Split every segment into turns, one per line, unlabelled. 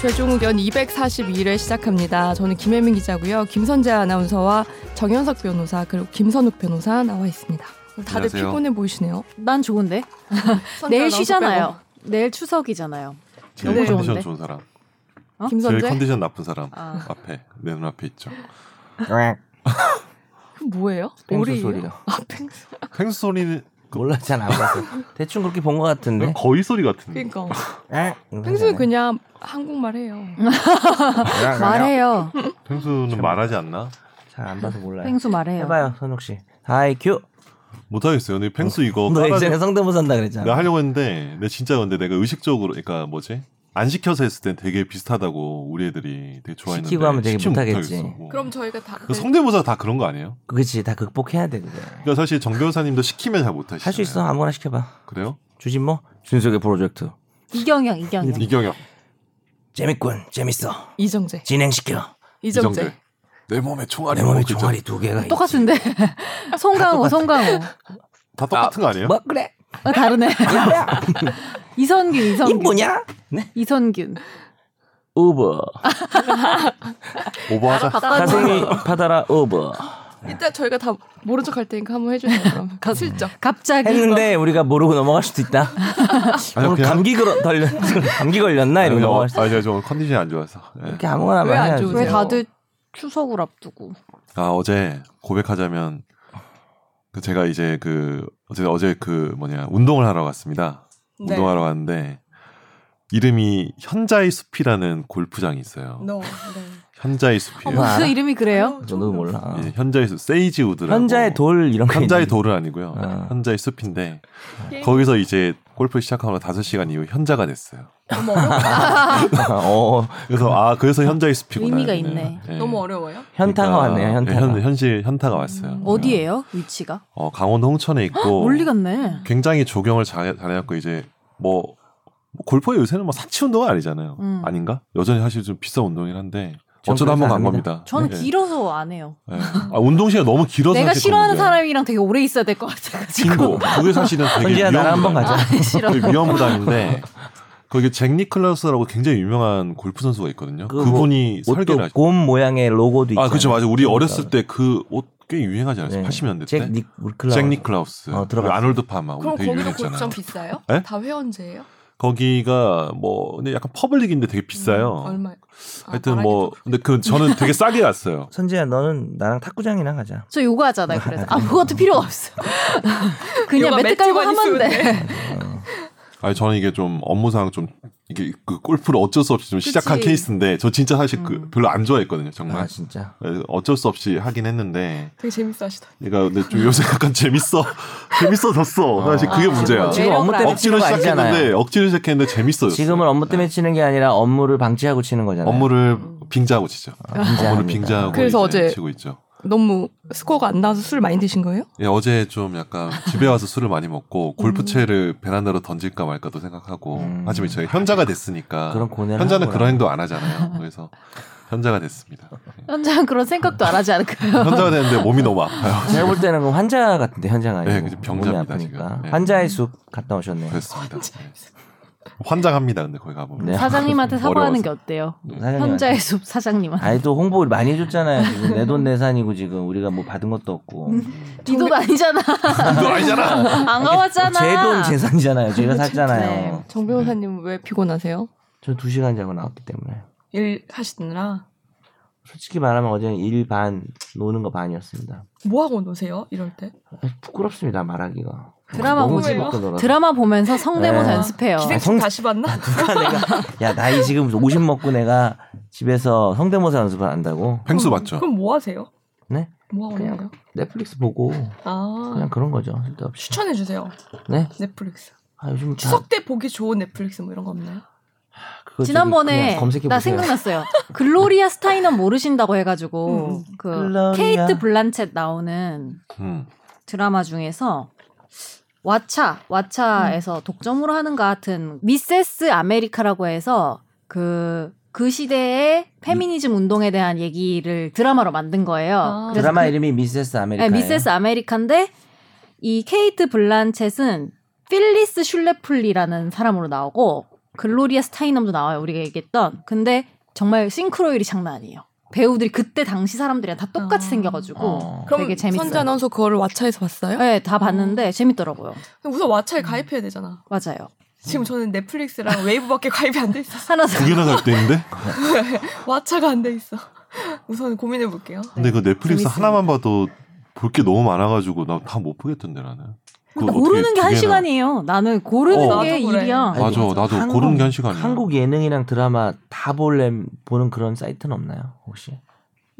기자공견 242를 시작합니다. 저는 김혜민 기자고요. 김선재 아나운서와 정현석 변호사 그리고 김선욱 변호사 나와 있습니다. 다들
안녕하세요.
피곤해 보이시네요.
난 좋은데. 내일 쉬잖아요. 내일 추석이잖아요.
제일
네.
컨디션
좋은데?
좋은 사람,
어?
제일
김선재?
컨디션 나쁜 사람
아.
앞에 내 눈앞에 있죠.
그 뭐예요?
펭수
오리예요?
소리요.
아, 펭수.
펭수 소리는
몰라 잘 안 봤어. 대충 그렇게 본 것 같은데.
거의 소리 같은데.
그러니까
네.
펭수는
펭수는 그냥 한국말 해요.
말해요.
펭수는 말하지 않나?
잘안 봐서 몰라요.
펭수 말해요.
네. 해봐요, 선욱 씨. 아이큐.
못하겠어요. 근데 펭수 이거
너
깔아-
예전에 성대모사한다 그랬잖아.
내가 하려고 했는데 내 진짜 근데 내가 의식적으로 그러니까 뭐지? 안 시켜서 했을 땐 되게 비슷하다고 우리 애들이 되게 좋아했는데
시키고 하면 되게
시키면
못하겠지.
못하겠어. 어.
그럼 저희가 다
그 성대모사 다 그런 거 아니에요?
그렇지, 다 극복해야 돼 그게.
그러니까 사실 정 변호사님도 시키면 잘 못하시잖아요.
할 수 있어, 아무거나 시켜봐.
그래요?
주진모, 뭐? 준석의 프로젝트.
이경영,
음.
이경영.
이경영,
재밌군, 재밌어.
이정재.
진행시켜.
이정재.
이정재. 내 몸에 총알이 뭐
내 몸에
먹고 있죠.
종아리 두 개가 있지.
똑같은데. 송강호, 송강호.
다 똑같은 거 아니에요?
뭐 그래?
어, 다르네.
야,
이선균,
이
이선균.
뭐냐? 네.
이선균.
우버.
오버하자.
가생이 파다라 우버.
네.
일단 저희가 다 모른 척 할 테니까 한번 해주세요.
음.
그럼. 가 슬쩍.
갑자기.
했는데
뭐.
우리가 모르고 넘어갈 수도 있다.
아니요,
오늘
그냥-
감기 걸어 걸려 감기 걸렸나 이러고
아니요, 뭐.
넘어갈 수도.
아니요, 저 오늘 컨디션이 안 좋아서. 예.
이렇게 아무거나
왜안
말해야지. 뭐.
좋으세요? 네.
왜 다들 추석을 앞두고.
아 어제 고백하자면 그 제가 이제 그 어제 어제 그 뭐냐 운동을 하러 갔습니다.
네.
운동하러 갔는데 이름이 현자의 숲이라는 골프장이 있어요.
No.
현자의 숲이에요.
어,
뭐-
무슨 이름이 그래요?
저도 몰라.
예, 현자의 숲, 세이지 우드라고.
현자의 돌 이런 거.
현자의
있는데.
돌은 아니고요.
아.
현자의 숲인데
예.
게임.
거기서 이제 골프 시작하고 5시간 이후 현자가 됐어요.
너무 어려워.
어,
그래서 아 그래서 현자의 숲이구나.
의미가
여기는.
있네.
예.
너무 어려워요?
현타가
그러니까,
왔네요.
예,
현타가.
현, 현실 현타가 왔어요.
음. 어디예요? 위치가?
어, 강원 홍천에 있고
멀리 갔네.
굉장히 조경을 잘, 잘해갖고 이제 뭐, 뭐 골프의 요새는 뭐 사치 운동은 아니잖아요.
음.
아닌가? 여전히 사실 좀 비싼 운동이긴 한데
전
어쩌다
그래서
한번 간
안 합니다.
겁니다.
저는
네.
길어서 안 해요.
네. 아, 운동 시간 너무 길어서
내가
사실
싫어하는
그런 거예요.
사람이랑 되게 오래 있어야 될 것 같아가지고. 네,
빙고 그게 사실은 되게 아,
현지야 나랑 한번 가자.
싫어.
되게 위험 부담인데 거기 잭 니클라우스라고 굉장히 유명한 골프 선수가 있거든요.
그 뭐,
그분이 설계를
옷도
하셨.
곰 모양의 로고도 있고.
아 그렇죠 맞아. 우리 어렸을 때 그 옷 꽤 유행하지 않았어요? 80년대 때.
네. 잭 니클라.
잭 니클라우스,
어, 들어봤어요.
아놀드 파마, 우리
그럼
되게
거기도
유행했잖아요.
골프장 비싸요?
네?
다 회원제예요?
거기가 뭐 근데 약간 퍼블릭인데 되게 비싸요.
얼마? 아,
어. 하여튼
말하기
뭐 근데 그 저는 되게 싸게 갔어요.
선지야 너는 나랑 탁구장이나 가자.
저 요거 하잖아요. 그래서 아무것도 필요 없어. 그냥
요가
매트 깔고
매트만
하면 돼.
아니 저는 이게 좀 업무상 좀 이게 그 골프를 어쩔 수 없이 좀 시작한
그치.
케이스인데 저 진짜 사실 그 별로 안 좋아했거든요
아
정말.
진짜.
그래서 어쩔 수 없이 하긴 했는데
되게 재밌어 하시다.
얘가 근데 좀 요새 약간 재밌어 재밌어졌어
아.
사실 그게 문제야.
지금 업무 때문에
억지로
치는 거
시작했는데 예.
아니잖아요.
억지로 시작했는데 재밌어요.
지금은 업무 때문에 치는 게 아니라 업무를 방치하고 치는 거잖아요.
업무를 빙자하고 치죠.
음. 아, 빙자합니다.
업무를 빙자하고
그래서
이제
어제-
치고 있죠.
너무 스코어가 안 나와서 술 많이 드신 거예요?
예, 어제 좀 약간 집에 와서 술을 많이 먹고 골프채를 베란다로 던질까 말까도 생각하고
음.
하지만 저희 현자가 됐으니까
그런 고뇌를
현자는
하는구나.
그런 행동 안 하잖아요. 그래서 현자가 됐습니다. 예.
현장 그런 생각도 안 하지 않을까요?
현자가 됐는데 몸이 너무 아파요.
제가 볼 때는 그 환자 같은데 현장 아니고
네, 그죠. 병자입니다,
몸이 아프니까
지금. 네.
환자의 숲 갔다 오셨네요.
그렇습니다. 예. 환장합니다. 근데 거기 가보면
네.
사장님한테 사과하는
어려워서.
게 어때요?
사장님한테.
현자의 숲 사장님한테.
아니 또 홍보 많이 해줬잖아요. 지금 내돈내산이고 지금 우리가 뭐 받은 것도 없고
음.
뭐
니돈 아니잖아.
너 아니잖아.
안 가봤잖아.
제 돈 재산이잖아요. 제가
네.
샀잖아요.
정 변호사님 왜 피곤하세요?
저2 시간 자고 나왔기 때문에
일 하시느라
솔직히 말하면 어제는 일 반 노는 거 반이었습니다.
뭐 하고 노세요? 이럴 때?
부끄럽습니다 말하기가.
드라마
너무
보세요.
집어서 놀아서.
드라마 보면서 아, 성대모사
네.
연습해요.
기생충
성-
다시 봤나?
누가 내가 야 나이 지금 50 먹고 내가 집에서 성대모사 연습을 한다고
펭수 맞죠?
그럼 뭐 하세요?
네?
뭐 하고
그냥-
노세요?
넷플릭스 보고
아
그냥 그런 거죠. 쓸데없이.
추천해 주세요.
네?
넷플릭스.
아 요즘 다
추석 때 보기 좋은 넷플릭스 뭐 이런 거 없나요?
그거 저기
지난번에
그냥 검색해보세요.
나 생각났어요. 글로리아 스타이너 모르신다고 해가지고 그
음. 글로리아.
케이트 블란쳇 나오는
음.
드라마 중에서 왓챠 왓챠에서
음.
독점으로 하는 것 같은 미세스 아메리카라고 해서 그. 그 시대의 페미니즘
음.
운동에 대한 얘기를 드라마로 만든 거예요.
아.
그래서
드라마 이름이 미세스 아메리카.
네, 미세스 아메리칸데 이 케이트 블란쳇은 필리스 슐레플리라는 사람으로 나오고 글로리아 스타이넘도 나와요. 우리가 얘기했던. 근데 정말 싱크로율이 장난 아니에요. 배우들이 그때 당시 사람들이랑 다 똑같이
아.
생겨가지고
어.
그럼
되게 재밌어요.
선재 아나운서 그거를 왓챠에서 봤어요?
네, 다 봤는데 재밌더라고요.
우선 왓챠에 가입해야 되잖아.
맞아요.
지금 저는 넷플릭스랑 웨이브밖에 가입이 안 돼 있어.
하나
두 개나 갈때 있는데?
왓챠가 안 돼 있어. 우선 고민해 볼게요.
근데 그 넷플릭스
재밌습니다.
하나만 봐도 볼 게 너무 많아가지고 나 다 못 보겠던데 나는. 그걸 어떻게
고르는 그러니까 게 한
두 개나-
시간이에요. 나는 고르는
어.
게
나도 그래.
일이야.
아니,
맞아, 나도
한국-
고르는 게 한 시간이야.
한국 예능이랑 드라마 다 볼래 보는 그런 사이트는 없나요 혹시?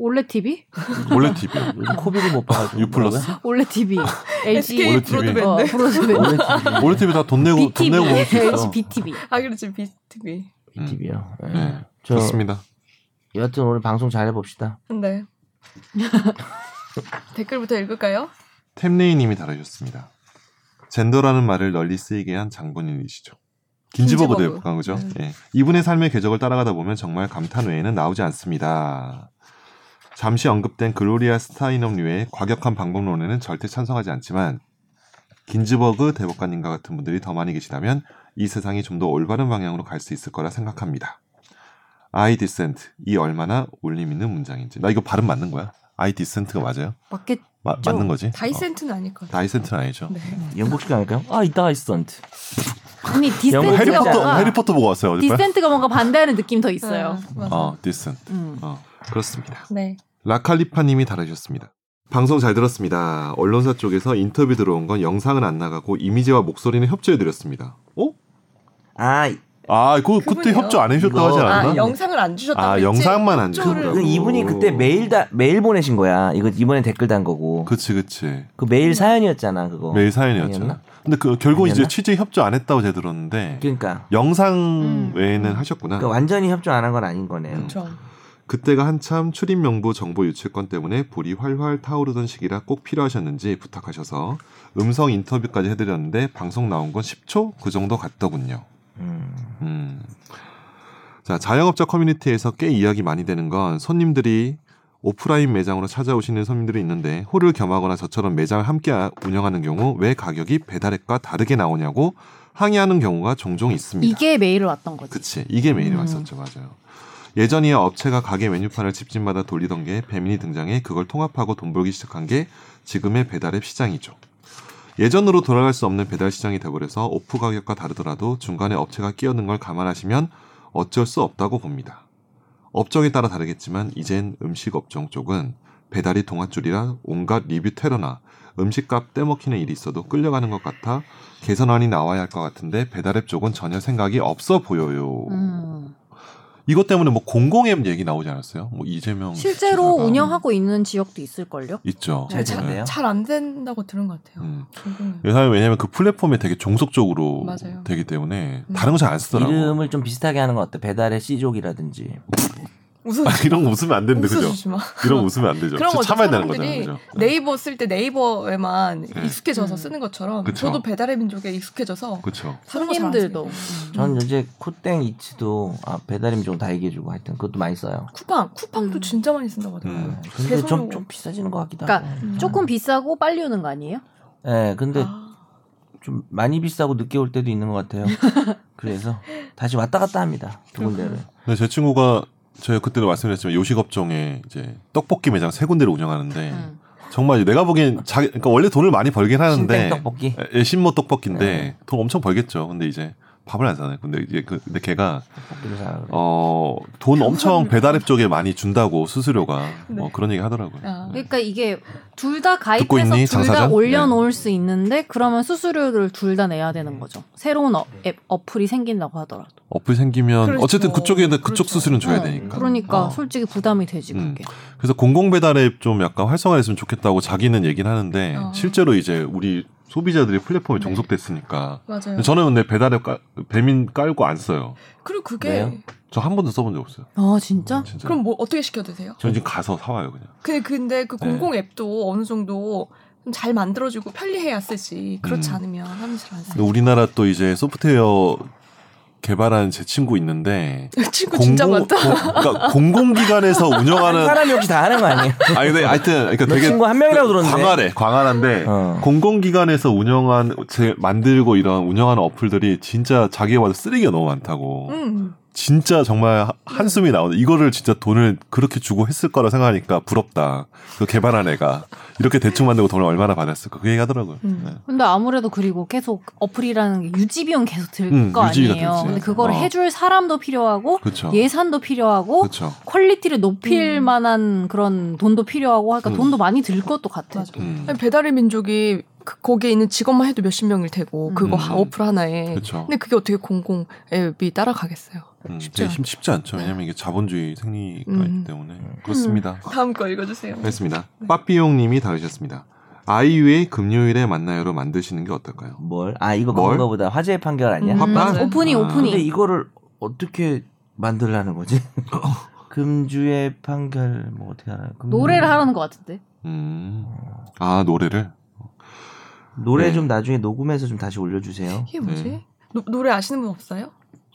올레 TV?
원래 TV.
요즘 코비를 못 봐가지고
유플러스?
올레 TV. LG.
SK
올드 TV.
브로드밴드.
어, 브로드밴드.
원래 TV
원래 TV 다 돈 내고 돈
BTV.
내고 볼수
LG
있어.
BTV.
아 그렇지 BTV.
음.
TV요.
네,
저
좋습니다.
여하튼 오늘 방송 잘 해봅시다.
네. 댓글부터 읽을까요?
템레이님이 다루셨습니다. 젠더라는 말을 널리 쓰이게 한 장본인이시죠. 긴지버그
긴지버그.
대법관 그죠?
음.
예. 이분의 삶의 궤적을 따라가다 보면 정말 감탄 외에는 나오지 않습니다. 잠시 언급된 글로리아 스타이넘류의 과격한 방법론에는 절대 찬성하지 않지만 긴지버그 대법관님과 같은 분들이 더 많이 계시다면 이 세상이 좀 더 올바른 방향으로 갈 수 있을 거라 생각합니다. I dissent 이 얼마나 울림 있는 문장인지 나 이거 발음 맞는 거야? I dissent가 맞아요?
맞겠
마- 맞는 거지?
다이센트는 아닐 것
어,
같아.
다이센트는 아니죠.
네.
영국식 아닐까요? 아 이따 있었는데.
아니
네,
영국
디센트가
해리포터,
뭔가
그 보고 왔어요 어젯밤.
디센트가 뭔가 반대하는 느낌이 더 있어요.
아, 맞아.
어 디센트.
음.
어 그렇습니다.
네.
라칼리파님이 다루셨습니다. 방송 잘 들었습니다. 언론사 쪽에서 인터뷰 들어온 건 영상은 안 나가고 이미지와 목소리는 협조해 드렸습니다. 어?
아
아, 그 그때
그분이요.
협조 안 해주셨다고 하지
이거-
아
않았나?
영상을 안 주셨다고
아,
했지?
영상만 안
협조를-
주더라고.
그 이분이 그때 메일 다 메일 보내신 거야. 이거 이번에 댓글 단 거고. 그,
그치 그치.
메일 사연이었잖아 그거.
메일 사연이었잖아.
어, 아니었나?
근데 그 결국 이제
아니었나?
취재 협조 안 했다고 제가 들었는데
그러니까.
영상
음.
외에는 하셨구나.
그러니까 완전히 협조 안 한 건 아닌 거네요.
음.
그렇죠.
그때가 한참 출입 명부 정보 유출권 때문에 볼이 활활 타오르던 시기라 꼭 필요하셨는지 부탁하셔서 음성 인터뷰까지 해드렸는데 방송 나온 건 10초 그 정도 같더군요.
음.
음. 자 자영업자 커뮤니티에서 꽤 이야기 많이 되는 건 손님들이 오프라인 매장으로 찾아오시는 손님들이 있는데 홀을 겸하거나 저처럼 매장을 함께 운영하는 경우 왜 가격이 배달앱과 다르게 나오냐고 항의하는 경우가 종종 있습니다.
이게 메일을 왔던 거지.
그치 이게 메인이
음.
왔었죠 맞아요 예전이야 업체가 가게 메뉴판을 집집마다 돌리던 게 배민이 등장해 그걸 통합하고 돈 벌기 시작한 게 지금의 배달앱 시장이죠 예전으로 돌아갈 수 없는 배달 시장이 돼버려서 오프 가격과 다르더라도 중간에 업체가 끼어든 걸 감안하시면 어쩔 수 없다고 봅니다 업종에 따라 다르겠지만 이젠 음식 업종 쪽은 배달이 동아줄이라 온갖 리뷰 테러나 음식값 떼먹히는 일이 있어도 끌려가는 것 같아 개선안이 나와야 할 것 같은데 배달앱 쪽은 전혀 생각이 없어 보여요.
음.
이것 때문에 뭐 공공앱 얘기 나오지 않았어요? 뭐 이재명
실제로
지사가
운영하고 있는 지역도 있을걸요?
있죠.
잘 됐네요.
잘 안 된다고 들은 것 같아요.
음.
결국은.
왜냐하면 왜냐면 그 플랫폼이 되게 종속적으로
맞아요.
되기 때문에
음.
다른 거 잘 안 쓰더라고.
이름을 좀 비슷하게 하는 거 어때? 배달의 씨족이라든지.
웃어
아, 이런 거 웃으면 안 되는데 그죠?
웃어주지 마.
이런 거 웃으면 안 되죠.
그런
진짜
거죠.
참아야 되는 거잖아요.
사람들이
그죠?
네이버 쓸 때 네이버에만
네.
익숙해져서
음.
쓰는 것처럼
그쵸.
저도 배달의 민족에 익숙해져서
그렇죠.
다른 거잘안 쓰게
손님들도.
돼요.
전
음.
요새 코땡 이츠도 아, 배달임 좀 다 얘기해주고 하여튼 그것도 많이 써요. 네.
쿠팡 쿠팡도
음.
진짜 많이 쓴다고 하더라고요.
음.
근데
배송료.
좀, 좀 비싸지는 것 같기도
그러니까
하고.
음.
조금 비싸고 빨리 오는 거 아니에요?
네, 근데
아,
좀 많이 비싸고 늦게 올 때도 있는 것 같아요. 그래서 다시 왔다 갔다 합니다. 두 군데를.
근데 네, 제 친구가 제가 그때도 말씀드렸지만 요식업종에 이제 떡볶이 매장 세 군데를 운영하는데
음.
정말 내가 보기엔 자기 그러니까 원래 돈을 많이 벌긴
신땡
하는데
떡볶이.
예, 신모 떡볶인데
네.
돈 엄청 벌겠죠. 근데 이제 밥을 안 사네. 근데 이제 그 근데 걔가
네.
떡볶이를 사.
어,
그래.
어돈 엄청 배달앱 쪽에 많이 준다고 수수료가
네.
어, 그런 얘기 하더라고요.
아.
네.
그러니까 이게 둘 다
듣고
가입해서
있니, 네.
둘 다
장사장?
올려놓을 수 있는데 그러면 수수료를 둘 다 내야 되는 거죠. 새로운 어, 앱, 어플이 생긴다고 하더라도.
어플이 생기면
그렇죠.
어쨌든 그쪽에 그쪽
그렇죠.
수수료는 줘야
어,
되니까.
그러니까
어.
솔직히 부담이 되지
음.
그게.
그래서 공공 배달앱 좀 약간 활성화했으면 좋겠다고 자기는 얘기는 하는데
어.
실제로 이제 우리 소비자들이 플랫폼에
네.
종속됐으니까
맞아요.
저는 근데 배달앱 깔- 배민 깔고 안 써요.
그리고 그게
왜요?
저 한 번도 써본 적 없어요.
아 진짜?
진짜.
그럼 뭐 어떻게 시켜 드세요?
저는 지금 가서 사와요 그냥.
근데 근데 그 공공 앱도 어느 정도 좀 잘 만들어주고 편리해야 쓰지. 그렇지
음.
않으면 사람들이 잘안
근데
쓰.
우리나라 또 이제 소프트웨어 개발한 제 친구 있는데
친구 그 진짜 많다.
공, 그러니까 공공기관에서 운영하는
사람이 혹시 다 하는 거 아니에요?
아니 근데 하여튼 그러니까
너
되게
친구 한 명이라고 들었는데.
광활해 광활한데
어.
공공기관에서 운영한 제 만들고 이런 운영하는 어플들이 진짜 자기가 봐도 쓰레기가 너무 많다고
음.
진짜 정말 하- 한숨이 나오네. 이거를 진짜 돈을 그렇게 주고 했을 거라 생각하니까 부럽다. 그 개발한 애가 이렇게 대충 만들고 돈을 얼마나 받았을까 그 얘기하더라고요.
음.
네.
근데 아무래도 그리고 계속 어플이라는 게 유지 비용 계속 들
음,
거
유지비가
아니에요.
들지.
근데 그걸
어.
해줄 사람도 필요하고
그렇죠.
예산도 필요하고
그렇죠.
퀄리티를 높일
음.
만한 그런 돈도 필요하고 하니까
음.
돈도 많이 들 것도 같아.
맞아.
음.
아니, 배달의 민족이 그- 거기에 있는 직원만 해도 몇십 명일 테고 그거
음.
어플 하나에
그렇죠.
근데 그게 어떻게 공공 앱이 따라가겠어요?
음,
쉽지 네.
되게 힘- 쉽지 않죠. 왜냐면 이게 자본주의 생리가
음.
있기 때문에 그렇습니다.
다음 네. 거 읽어주세요.
알겠습니다. 빠삐용님이 다루셨습니다. 아이유의 금요일에 만나요로 만드시는 게 어떨까요?
뭘? 아 이거
뭘?
그런가 보다 화재 판결 아니야?
음.
화판?
오프닝,
아.
오프닝.
근데 이거를 어떻게 만들라는 거지?
어.
금주의 판결 뭐 어떻게 하나? 금...
노래를 하라는 것 같은데.
음. 아 노래를
노래
네.
좀 나중에 녹음해서 좀 다시 올려주세요.
이게 뭐지?
네.
노, 노래 아시는 분 없어요?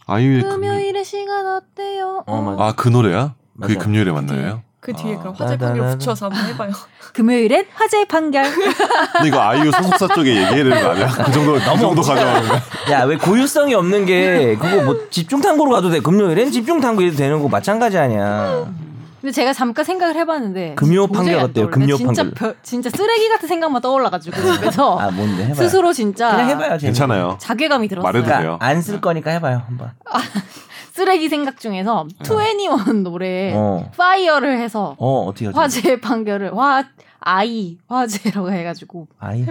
아이유의 그 금요일
금요일의 시간 어때요?
어, 맞아.
아그 노래야? 그게
맞아.
금요일에 만나요?
그 뒤에
아.
그럼 화재 판결
따다다다.
붙여서 한번 해봐요.
금요일엔 화제의 판결.
근데 이거 아이유 소속사 쪽에 얘기해야 되는 거 아니야? 그 정도 이 정도 가져가면
야 왜 고유성이 없는 게 그거 뭐 집중 탐구로 가도 돼? 금요일엔 집중 탐구해도 되는 거 마찬가지
어.
아니야?
근데 제가 잠깐 생각을 해봤는데
금요
도저히
판결
안
어때요?
떠올라요.
금요
진짜
판결.
별- 진짜 쓰레기 같은 생각만 떠올라가지고 집에서
아 뭔데 해봐요.
스스로 진짜
그냥 해봐요. 재밌게.
괜찮아요.
자괴감이 들었어요.
말해도 돼요.
그러니까 안 쓸 거니까 해봐요 한번.
쓰레기 생각 중에서 투애니원 노래에
어.
파이어를 해서
어 어떻게 하죠?
네. 화제의 판결을 화 아이 화제라고 해가지고
아이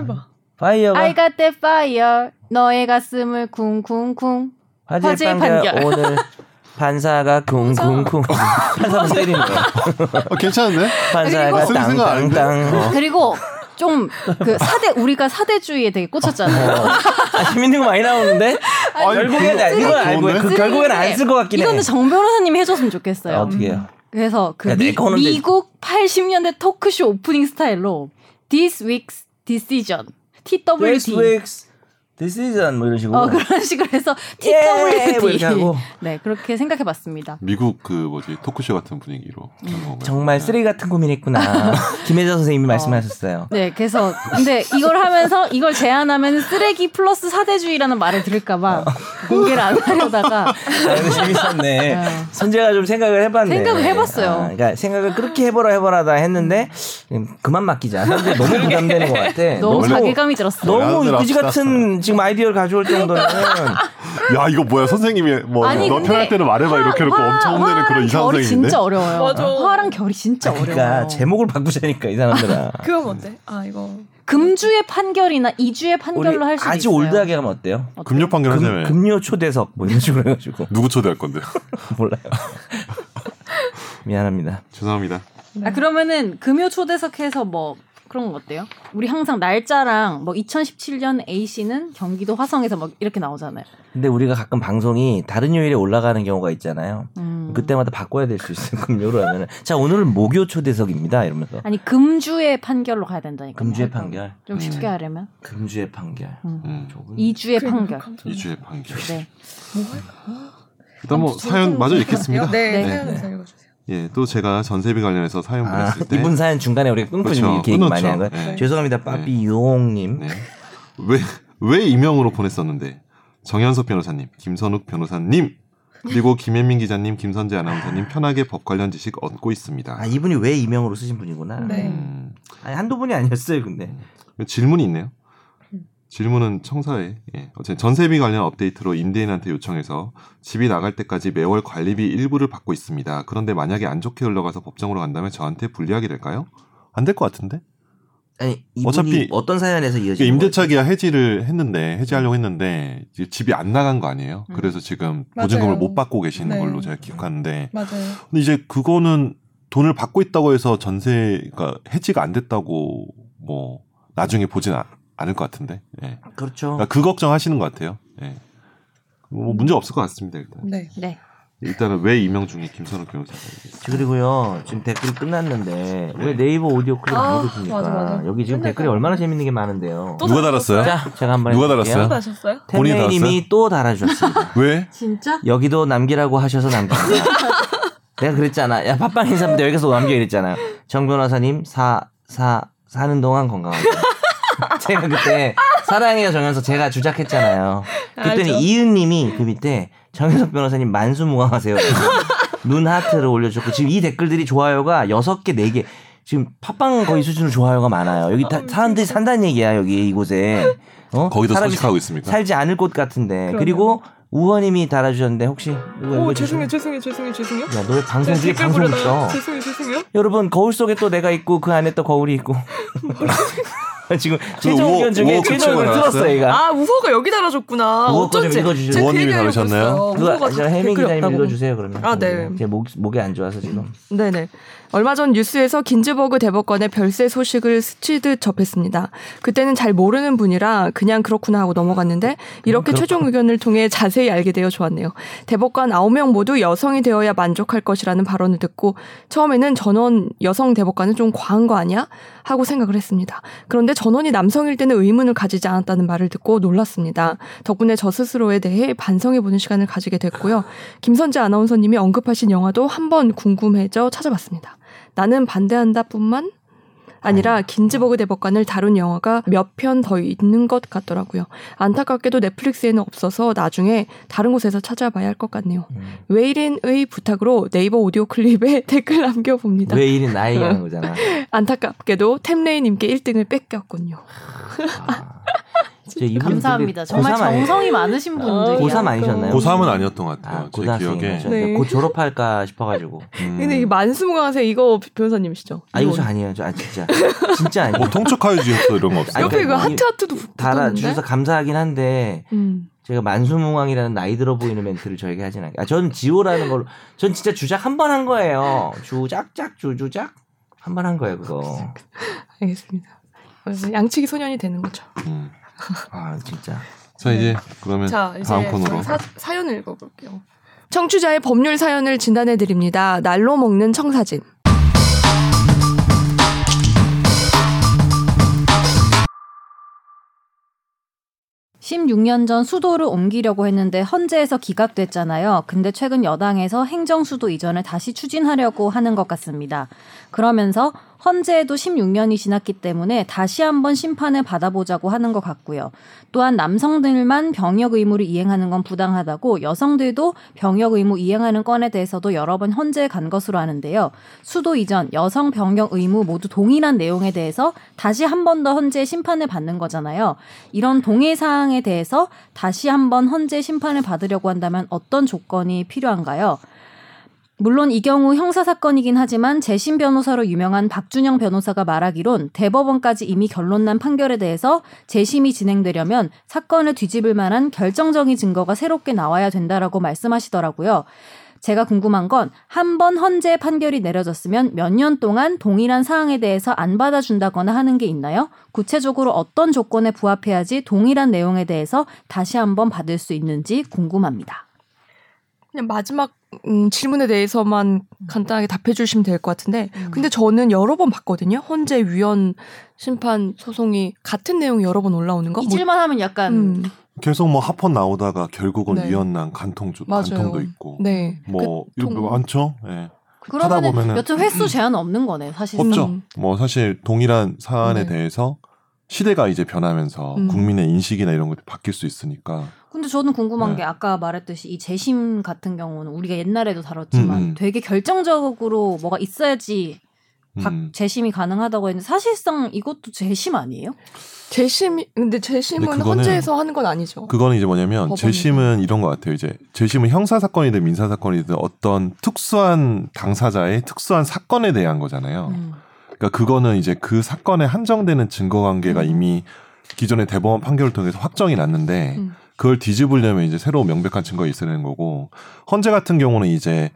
파이어가
I got that fire 너의 가슴을 쿵쿵쿵
화재,
화재의
판결,
판결.
오늘 판사가 쿵쿵쿵 판사만 때리는 거야.
어, 괜찮은데?
판사가
쓰기 생각 안 돼.
땅땅땅.
그리고 좀 그 사대 우리가 사대주의에 되게 꽂혔잖아요.
아, 재밌는 거 많이 나오는데
아니,
결국엔
그거-
아, 이건 알고
좋은데?
그 결국엔 안 쓸 것 같긴 해.
이거는 정 변호사님이 해줬으면
아,
좋겠어요.
어떻게 해요?
그래서 그
야,
미,
내가 오는데-
미국 80년대 토크쇼 오프닝 스타일로 This Week's Decision
Twix,
TWD
Twix, decision 뭐 이런 식으로.
어 그런 식으로 해서
예, 뭐 이렇게
TWD
하고.
네 그렇게 생각해봤습니다.
미국 그 뭐지 토크쇼 같은 분위기로 하는 건가요?
정말
네.
쓰레기 같은 고민했구나. 김혜자 선생님이 말씀하셨어요.
네 그래서 근데 이걸 하면서 이걸 제안하면 쓰레기 플러스 사대주의라는 말을 들을까봐 공개를 안 하려다가
아, 이거 재밌었네.
네.
선재가 좀 생각을 해봤네.
생각을 해봤어요.
아, 그러니까 생각을 그렇게 해보라 해보라다 했는데 음, 그만 맡기자. 현재 너무 부담되는 것 같아.
너무
너무-
자괴감이 들었어요.
너무
원하는
그지
대로
같은 지금 아이디어를 가져올 정도면
야 이거 뭐야 선생님이 뭐
아니,
너
근데
편할 때는 말해봐 이렇게 해놓고 엄청 혼내는 그런 이상한
결이
선생님인데 네?
진짜 어려워요.
맞아.
화랑 결이 진짜
그러니까
어려워요.
제목을 바꾸자니까 이 사람들아.
그럼 어때? 아 이거
금주의 판결이나 이주의 판결로 할 수도
아주
있어요.
올드하게 하면 어때요?
금요 판결 하자면
금, 요 초대석 뭐 이런 식으로 해가지고
누구 초대할 건데?
몰라요. 미안합니다.
죄송합니다.
아 그러면은 금요 초대석해서 뭐 그런 거 어때요? 우리 항상 날짜랑 뭐 2017년 A 씨는 경기도 화성에서 막 이렇게 나오잖아요.
근데 우리가 가끔 방송이 다른 요일에 올라가는 경우가 있잖아요.
음.
그때마다 바꿔야 될 수 있어요. 금요로 하면은 자 오늘은 목요 초대석입니다 이러면서
아니 금주의 판결로 가야 된다니까.
금주의 판결,
좀 쉽게
음.
하려면
금주의 판결.
음,
조금-
이주의 판결.
이주의 판결.
그러니까. 네.
일단 뭐 사연 마저 읽겠습니다.
네,
네.
사연 잘 읽어주세요.
예, 또 제가 전세비 관련해서 사연
아,
보냈을 때
이분 사연 중간에 우리가 끊고 좀
그렇죠.
이렇게 얘기 많이
끊었죠.
한 거예요.
네.
죄송합니다, 빠삐 유홍님.
네. 왜, 왜 이명으로 보냈었는데 정현석 변호사님, 김선욱 변호사님 그리고 김현민 기자님, 김선재 아나운서님 편하게 법 관련 지식 얻고 있습니다.
아 이분이 왜 이명으로 쓰신 분이구나.
네.
음,
아니, 한두 분이 아니었어요, 근데.
질문이 있네요.
음.
질문은 청사에 예. 어쨌든 전세비 관련 업데이트로 임대인한테 요청해서 집이 나갈 때까지 매월 관리비 일부를 받고 있습니다. 그런데 만약에 안 좋게 흘러가서 법정으로 간다면 저한테 불리하게 될까요? 안 될 것 같은데?
아니 이분이
어차피
어떤 사연에서
이게
이어진
임대차 계약 해지를 했는데 해지하려고 했는데 이제 집이 안 나간 거 아니에요?
음.
그래서 지금
맞아요.
보증금을 못 받고 계시는
네.
걸로 제가 기억하는데
맞아요.
근데 이제 그거는 돈을 받고 있다고 해서 전세가 그러니까 해지가 안 됐다고 뭐 나중에 보진 아- 않을 것 같은데 예.
거예요? 그렇죠.
그러니까 그 걱정하시는 것 같아요. 예. 뭐 문제 없을 것 같습니다 일단.
네.
네.
일단은 왜 이명 중에 김선욱 변호사가
자, 그리고요 지금 댓글 끝났는데 왜 네이버 오디오 클립
아,
안 읽으십니까?
맞아, 맞아.
여기 지금
끝날
댓글이
거야.
얼마나 재밌는 게 많은데요.
또
누가
달았어요?
달았어요?
자 제가 한번
누가
해볼게요.
달았어요?
하셨어요?
본인이
태매님이
달았어요?
또 달아주셨습니다.
왜?
진짜?
여기도 남기라고 하셔서 남깁니다. 내가 그랬잖아. 야 팟빵 인사부터 여기서 남겨 이랬잖아요. 정 변호사님 사 사 사는 동안 건강하게. 제가 그때 사랑해요 정연서 제가 주작했잖아요. 그때는
알죠.
이은님이 그 밑에 정혜석 변호사님 만수무강하세요. 눈 하트를 올려주셨고 지금 이 댓글들이 좋아요가 여섯 개, 네 개. 지금 팟빵 거의 수준으로 좋아요가 많아요. 여기 다- 사람들이 산다는 얘기야 여기 이곳에. 어?
거기도
사람이
소식하고 있습니까?
살지 않을 곳 같은데.
그러네요.
그리고 우원님이 달아주셨는데 혹시 이거
오 죄송해요
읽어주실래요?
죄송해요 죄송해요 죄송해요.
야, 너왜 방송
제가
중에
댓글
방송 있어?
보려다가 죄송해요 죄송해요.
여러분 거울 속에 또 내가 있고 그 안에 또 거울이 있고. 지금 최종
그 우호-
의견 중에
우호
최종
그
의견
친구
틀었어
나왔어요?
얘가.
아 우호가 여기 달아줬구나.
우호 거좀
어쩐지
읽어주시죠.
제가 그
우호님이
얘기하려고
달으셨나요?
했어요. 우호가
그거
자-
제가 혜민
댓글
기자님
없다고.
읽어주세요 그러면.
아, 네.
제목 목이 안 좋아서 지금.
네네. 얼마 전 뉴스에서 긴즈버그 대법관의 별세 소식을 스치듯 접했습니다. 그때는 잘 모르는 분이라 그냥 그렇구나 하고 넘어갔는데 이렇게
그렇구나.
최종 의견을 통해 자세히 알게 되어 좋았네요. 대법관 9명 모두 여성이 되어야 만족할 것이라는 발언을 듣고 처음에는 전원 여성 대법관은 좀 과한 거 아니야? 하고 생각을 했습니다. 그런데 전원이 남성일 때는 의문을 가지지 않았다는 말을 듣고 놀랐습니다. 덕분에 저 스스로에 대해 반성해보는 시간을 가지게 됐고요. 김선재 아나운서님이 언급하신 영화도 한번 궁금해져 찾아봤습니다. 나는 반대한다뿐만 아니라 긴즈버그 대법관을 다룬 영화가 몇 편 더 있는 것 같더라고요. 안타깝게도 넷플릭스에는 없어서 나중에 다른 곳에서 찾아봐야 할 것 같네요.
음.
웨이린의 부탁으로 네이버 오디오 클립에 댓글 남겨봅니다.
왜 일이 나이 하는 거잖아.
안타깝게도 템레이님께 1등을 뺏겼군요.
아. 저 이분
감사합니다.
근데
정말
고삼 아니-
정성이 많으신 분들이야.
고삼 아니셨나요?
고3은 아니었던 것 같아요.
아,
제
고등학생이네.
기억에.
저
네.
이제 곧 졸업할까 싶어가지고.
음.
근데 이 만수무강하세요 이거 변호사님이시죠?
아 이거 저 아니에요. 저 아, 진짜 진짜 아니에요.
뭐 통촉하여 주였어 이런 거 없어요?
아니,
옆에 이거
그러니까
하트 하트도 붙-
달아
붙었는데.
주셔서 감사하긴 한데
음.
제가 만수무강이라는 나이 들어 보이는 멘트를 저에게 하진 않아요. 아, 저는 지호라는 걸로. 전 진짜 주작 한 번 한 거예요. 주작작 주주작 한 번 한 거예요 그거.
알겠습니다. 그래서 양치기 소년이 되는 거죠.
음.
아 진짜.
자 이제 그러면
자 이제
네, 다음 코너로.
저는 사, 사연을 읽어볼게요.
청취자의 법률 사연을 진단해 드립니다. 날로 먹는 청사진.
십육 년 전 수도를 옮기려고 했는데 헌재에서 기각됐잖아요. 근데 최근 여당에서 행정수도 이전을 다시 추진하려고 하는 것 같습니다. 그러면서 헌재에도 16년이 지났기 때문에 다시 한번 심판을 받아보자고 하는 것 같고요. 또한 남성들만 병역 의무를 이행하는 건 부당하다고 여성들도 병역 의무 이행하는 건에 대해서도 여러 번 헌재에 간 것으로 아는데요. 수도 이전, 여성 병역 의무 모두 동일한 내용에 대해서 다시 한 번 더 헌재 심판을 받는 거잖아요. 이런 동의 사항에 대해서 다시 한 번 헌재 심판을 받으려고 한다면 어떤 조건이 필요한가요? 물론 이 경우 형사 사건이긴 하지만 재심 변호사로 유명한 박준영 변호사가 말하기론 대법원까지 이미 결론난 판결에 대해서 재심이 진행되려면 사건을 뒤집을 만한 결정적인 증거가 새롭게 나와야 된다라고 말씀하시더라고요. 제가 궁금한 건 한 번 헌재 판결이 내려졌으면 몇 년 동안 동일한 사항에 대해서 안 받아준다거나 하는 게 있나요? 구체적으로 어떤 조건에 부합해야지 동일한 내용에 대해서 다시 한번 받을 수 있는지 궁금합니다.
그냥 마지막 음, 질문에 대해서만 간단하게 답해 주시면 될 것 같은데
음.
근데 저는 여러 번 봤거든요. 헌재 위원 심판 소송이 같은 내용이 여러 번 올라오는 거. 뭐-
잊을만 하면 약간
음,
계속 뭐 합헌 나오다가 결국은
네.
위헌난 간통조
맞아요.
간통도 있고
네.
뭐
그
이거
통-
많죠. 예. 하다
그러면은
보면은-
여튼 횟수 제한 없는 거네요, 사실상.
없죠.
음.
뭐 사실 동일한 사안에
네.
대해서 시대가 이제 변하면서
음.
국민의 인식이나 이런 것도 바뀔 수 있으니까
근데 저는 궁금한
네.
게 아까 말했듯이 이 재심 같은 경우는 우리가 옛날에도 다뤘지만
음, 음.
되게 결정적으로 뭐가 있어야지 박-
음.
재심이 가능하다고 했는데 사실상 이것도 재심 아니에요?
재심 근데 재심은
근데 그거는-
헌재에서 하는 건 아니죠.
그거는 이제 뭐냐면
법원에서.
재심은 이런 것 같아요. 이제 재심은 형사 사건이든 민사 사건이든 어떤 특수한 당사자의 특수한 사건에 대한 거잖아요.
음.
그러니까 그거는 이제 그 사건에 한정되는 증거 관계가
음.
이미 기존의 대법원 판결을 통해서 확정이 났는데
음.
그걸 뒤집으려면 이제 새로 운 명백한 증거가 있어야 되는 거고 헌재 같은 경우는 이제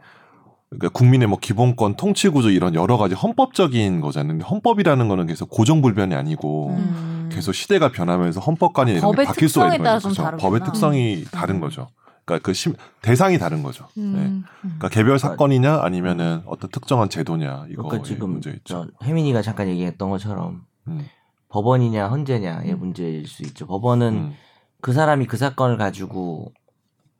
그러니까 국민의 뭐 기본권, 통치 구조 이런 여러 가지 헌법적인 거잖아요. 근데 헌법이라는 거는 계속 고정불변이 아니고
음.
어. 계속 시대가 변하면서 헌법관이 이런 게
법의
바뀔 수가 있는
특성에 따라
거죠.
좀
그렇죠.
다르구나. 음.
법의 특성이 다른 거죠. 그러니까 그 심, 대상이 다른 거죠. 네.
음.
그러니까 개별 사건이냐 아니면은 어떤 특정한 제도냐 이거
그러니까 지금
문제 있죠.
저 혜민이가 잠깐 얘기했던 것처럼
음.
법원이냐 헌재냐의 문제일 수 있죠. 법원은
음.
그 사람이 그 사건을 가지고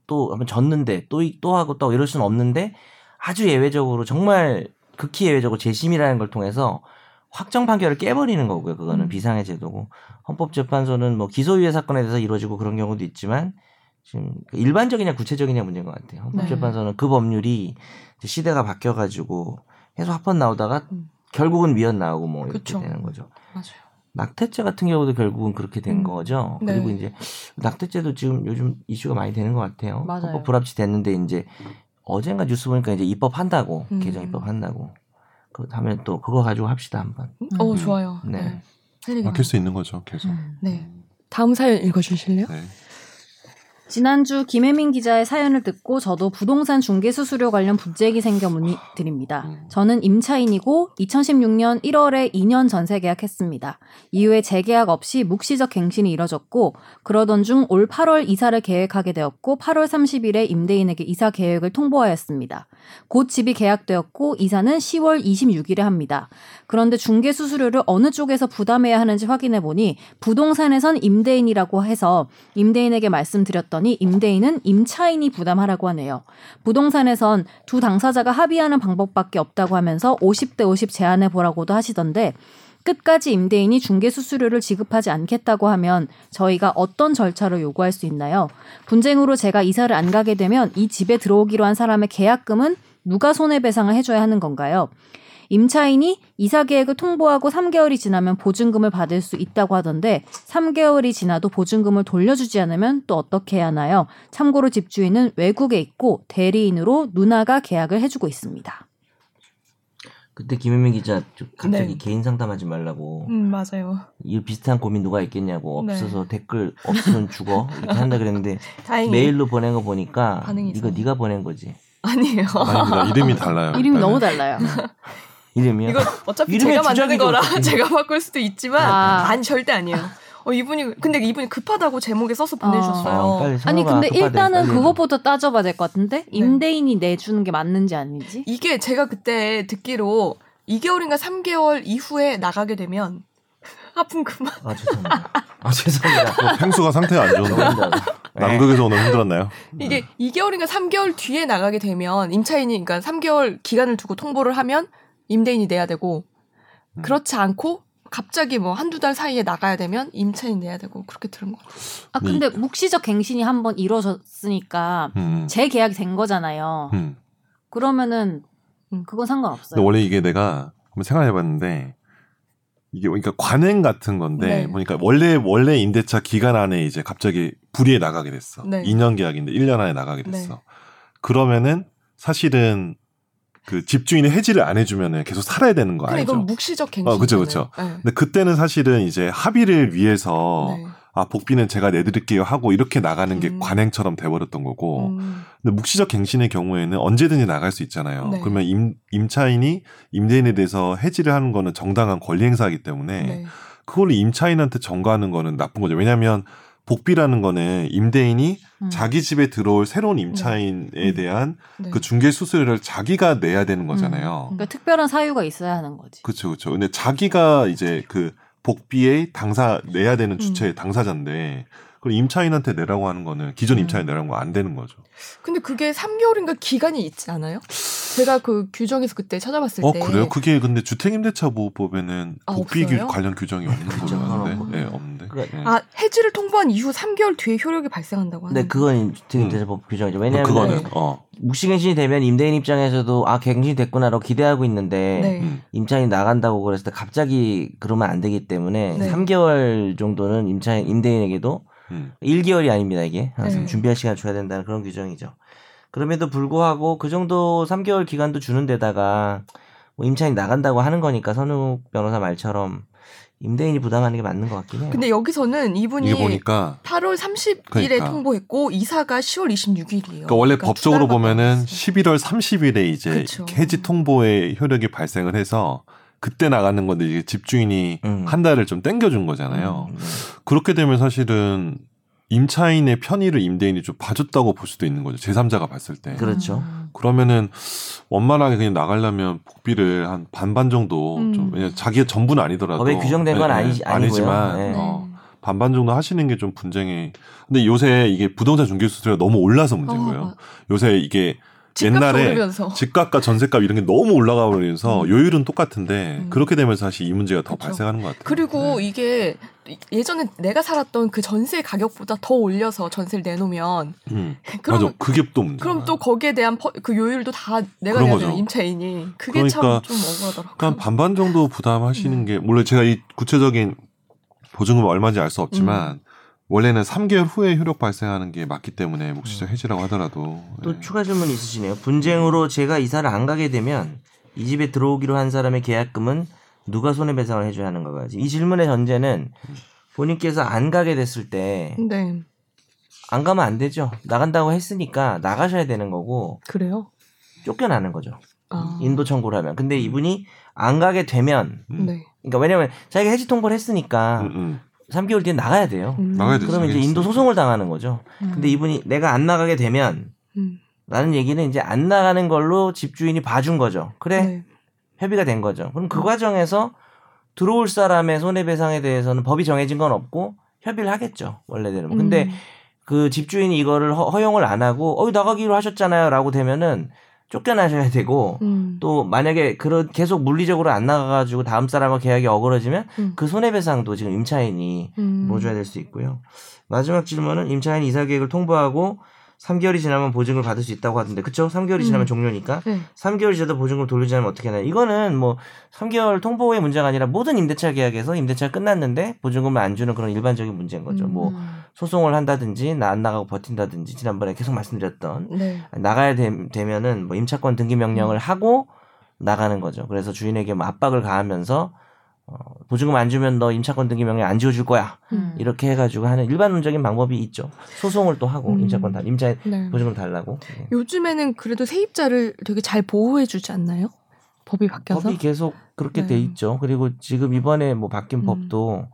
또 한번 졌는데 또 또 하고 또 이럴 수는 없는데 아주 예외적으로 정말 극히 예외적으로 재심이라는 걸 통해서 확정 판결을 깨버리는 거고요. 그거는
음.
비상의 제도고 헌법재판소는 뭐 기소유예 사건에 대해서 이루어지고 그런 경우도 있지만 지금 일반적이냐 구체적이냐 문제인 것 같아요.
네.
헌법재판소는 그 법률이 이제 시대가 바뀌어가지고 계속 합헌 나오다가
음.
결국은 위헌 나오고 뭐 이렇게
그쵸.
되는 거죠.
맞아요.
낙태죄 같은 경우도 결국은 그렇게 된
음.
거죠.
네.
그리고 이제 낙태죄도 지금 요즘 이슈가 많이 되는 것 같아요.
맞아요.
헌법 불합치 됐는데 이제 어젠가 뉴스 보니까 이제 입법한다고
음.
개정 입법한다고 그 다음에 또 그거 가지고 합시다 한번.
어
음.
좋아요.
네.
네. 할 얘기가
바뀔 수 있는 거죠, 계속.
음.
네.
다음 사연 읽어주실래요?
네.
지난주 김혜민 기자의 사연을 듣고 저도 부동산 중개 수수료 관련 문제기 생겨 문의드립니다.
음.
저는 임차인이고 2016년 1월에 2년 전세 계약했습니다. 이후에 재계약 없이 묵시적 갱신이 이뤄졌고 그러던 중 올 8월 이사를 계획하게 되었고 8월 30일에 임대인에게 이사 계획을 통보하였습니다. 곧 집이 계약되었고 이사는 10월 26일에 합니다. 그런데 중개 수수료를 어느 쪽에서 부담해야 하는지 확인해 보니 부동산에선 임대인이라고 해서 임대인에게 말씀드렸더니 임대인은 임차인이 부담하라고 하네요. 부동산에선 두 당사자가 합의하는 방법밖에 없다고 하면서 50대 50 제안해 보라고도 하시던데 끝까지 임대인이 중개 수수료를 지급하지 않겠다고 하면 저희가 어떤 절차를 요구할 수 있나요? 분쟁으로 제가 이사를 안 가게 되면 이 집에 들어오기로 한 사람의 계약금은 누가 손해배상을 해줘야 하는 건가요? 임차인이 이사 계획을 통보하고 3개월이 지나면 보증금을 받을 수 있다고 하던데 3개월이 지나도 보증금을 돌려주지 않으면 또 어떻게 해야 하나요? 참고로 집주인은 외국에 있고 대리인으로 누나가 계약을 해주고 있습니다.
그때 김혜민 기자 저 갑자기
네.
개인 상담하지 말라고
음 맞아요.
이 비슷한 고민 누가 있겠냐고
네.
없어서 댓글 없으면 죽어 이렇게 한다 그랬는데
다행히
메일로 보낸 거 보니까
반응이
이거
이상해.
네가 보낸 거지
아니에요.
아닙니다. 이름이 달라요. 네.
이름이
일단은.
너무 달라요.
이름이요?
이거 어차피
이름에
제가 만드는
주작이죠,
거라
어쨌든.
제가 바꿀 수도 있지만
아.
아니 절대 아니에요. 어 이분이 근데 이분이 급하다고 제목에 써서 보내주셨어요.
어, 빨리
아니
성화가
근데
급하대,
일단은
빨리. 네.
그것부터 따져봐야 될 것 같은데 임대인이 내주는 게 맞는지 아닌지.
이게 제가 그때 듣기로 2개월인가 3개월 이후에 나가게 되면 아픔 그만.
아 죄송합니다. 아 죄송합니다.
펭수가 상태가 안
네.
좋은데. 남극에서 오늘 힘들었나요?
이게
네.
2개월인가 3개월 뒤에 나가게 되면 임차인이 그러니까 3개월 기간을 두고 통보를 하면 임대인이 내야 되고
음.
그렇지 않고 갑자기 뭐 한두 달 사이에 나가야 되면 임차인 내야 되고 그렇게 들은 것 같아요.
아
네.
근데 묵시적 갱신이 한번 이루어졌으니까
음.
재계약이 된 거잖아요.
음.
그러면은
음.
그건
근데
상관없어요.
원래 이게 내가 한번 생각해봤는데 이게 그러니까 관행 같은 건데
네.
보니까 원래 원래 임대차 기간 안에 이제 갑자기 불이에 나가게 됐어.
네.
2년 계약인데 1년 안에 나가게 됐어.
네.
그러면은 사실은 그 집주인이 해지를 안 해주면은 계속 살아야 되는 거
근데
알죠?
이건 묵시적 네. 갱신.
어, 그쵸, 그쵸. 근데 그때는 사실은 이제 합의를 위해서
네.
아 복비는 제가 내드릴게요 하고 이렇게 나가는 게
음.
관행처럼 돼버렸던 거고 근데 묵시적 갱신의 경우에는 언제든지 나갈 수 있잖아요.
네.
그러면 임, 임차인이 임대인에 대해서 해지를 하는 거는 정당한 권리 행사이기 때문에
네.
그걸 임차인한테 전가하는 거는 나쁜 거죠. 왜냐하면 복비라는 거는 임대인이
음.
자기 집에 들어올 새로운 임차인에
음.
대한
네.
그 중개 수수료를 자기가 내야 되는 거잖아요.
음.
그러니까 특별한 사유가 있어야 하는 거지.
그렇죠, 그렇죠. 근데 자기가 이제 그 복비의 당사 내야 되는
음.
주체의 당사자인데 그걸 임차인한테 내라고 하는 거는 기존
음.
임차인 내라는 거 안 되는 거죠.
근데 그게 3개월인가 기간이 있지 않아요? 제가 그 규정에서 그때 찾아봤을
어
때
그래요? 그게 근데 주택임대차보호법에는
네. 아,
복비 규-
없어요?
관련 규정이 없는 걸로
규정은
아는데,
없고.
예, 없는데.
그래.
예.
아, 해지를 통보한 이후 3개월 뒤에 효력이 발생한다고 하는
근데 네, 그건 주택임대차법 규정이죠.
어,
왜냐하면
그거는 어,
묵시갱신이 되면 임대인 입장에서도 아 갱신이 됐구나라고 기대하고 있는데
네.
음.
임차인이 나간다고 그랬을 때 갑자기 그러면 안 되기 때문에
네.
3개월 정도는 임차인 임대인에게도
음.
1개월이 아닙니다 이게 항상
네.
준비할 시간을 줘야 된다는 그런 규정이죠. 그럼에도 불구하고 그 정도 3개월 기간도 주는 데다가 뭐 임차인이 나간다고 하는 거니까 선욱 변호사 말처럼 임대인이 부담하는 게 맞는 것 같긴 해요.
근데 여기서는 이분이
이게 보니까
8월 30일에
그러니까.
통보했고 이사가 10월 26일이에요.
그러니까 원래 법적으로 보면은 11월 30일에 이제
그쵸. 음.
해지 통보의 효력이 발생을 해서 그때 나가는 건데 이게 집주인이
음.
한 달을 좀 땡겨준 거잖아요.
음.
그렇게 되면 사실은 임차인의 편의를 임대인이 좀 봐줬다고 볼 수도 있는 거죠. 제3자가 봤을 때.
그렇죠.
음.
그러면은 원만하게 그냥 나가려면 복비를 한 반반 정도 좀
음.
왜냐 자기의 전부는 아니더라도
법에 규정된 건
예, 예,
아니, 아니고요.
아니지만
네.
어, 반반 정도 하시는 게 좀
어,
분쟁이 근데 요새 이게 부동산 중개 수수료가 너무 올라서 문제인 거예요. 요새 이게
집값
옛날에
오르면서
집값과 전세값 이런 게 너무 올라가 버리면서 요율은 똑같은데
음.
그렇게 되면서 사실 이 문제가 더
그렇죠.
발생하는 것 같아요.
그리고
네.
이게 예전에 내가 살았던 그 전세 가격보다 더 올려서 전세를 내놓으면
음.
그럼
맞아 그게 또 문제.
그럼 또 거기에 대한 퍼- 그 요율도 다 내가
그런
내야
거죠.
되는 임차인이 그게 참
그러니까
좀 억울하더라고요.
그러니까 반반 정도 부담하시는 게 물론 제가 이 구체적인 보증금 얼마인지 알 수 없지만 원래는 3개월 후에 효력 발생하는 게 맞기 때문에 묵시적 해지라고 하더라도
또
예.
추가 질문 있으시네요. 분쟁으로 제가 이사를 안 가게 되면 이 집에 들어오기로 한 사람의 계약금은 누가 손해배상을 해줘야 하는 건가요? 이 질문의 전제는 본인께서 안 가게 됐을 때 안
네
가면 안 되죠. 나간다고 했으니까 나가셔야 되는 거고
그래요.
쫓겨나는 거죠.
아,
인도 청구를 하면. 근데 이분이 안 가게 되면
음.
네.
그러니까 왜냐면 자기가 해지 통보를 했으니까
음, 음.
3개월 뒤에 나가야 돼요.
음.
나가야 되죠.
그러면 이제 인도 소송을 당하는 거죠. 근데 이분이 내가 안 나가게 되면
음.
라는 얘기는 이제 안 나가는 걸로 집주인이 봐준 거죠. 그래
네. 음.
협의가 된 거죠. 그럼 그 과정에서 들어올 사람의 손해배상에 대해서는 법이 정해진 건 없고 협의를 하겠죠 원래대로. 근데
음.
그 집주인이 이거를 허, 허용을 안 하고 어 나가기로 하셨잖아요라고 되면은 쫓겨나셔야 되고
음.
또 만약에 그런 계속 물리적으로 안 나가가지고 다음 사람과 계약이 어그러지면
음.
그 손해배상도 지금 임차인이
음.
뭐 물어줘야 될 수 있고요. 마지막 질문은 임차인 이사 계획을 통보하고 3개월이 지나면 보증을 받을 수 있다고 하던데 그쵸? 3개월이
음.
지나면 종료니까
네.
3개월 지나도 보증금 돌리지 않으면 어떻게 하나요? 이거는 뭐 3개월 통보의 문제가 아니라 모든 임대차 계약에서 임대차가 끝났는데 보증금을 안 주는 그런 일반적인 문제인 거죠. 뭐
음.
소송을 한다든지 나 안 나가고 버틴다든지 지난번에 계속 말씀드렸던
네.
나가야 되, 면은뭐 임차권 등기 명령을
음.
하고 나가는 거죠. 그래서 주인에게 뭐 압박을 가하면서 어, 보증금 안 주면 너 임차권 등기 명령 안 지어줄 거야
음.
이렇게 해가지고 하는 일반적인 방법이 있죠. 소송을 또 하고
음.
임차권 달 임차인
네.
보증금 달라고 예.
요즘에는 그래도 세입자를 되게 잘 보호해주지 않나요? 법이 바뀌어서.
법이 계속 그렇게
네.
돼 있죠. 그리고 지금 이번에 뭐 바뀐
음.
법도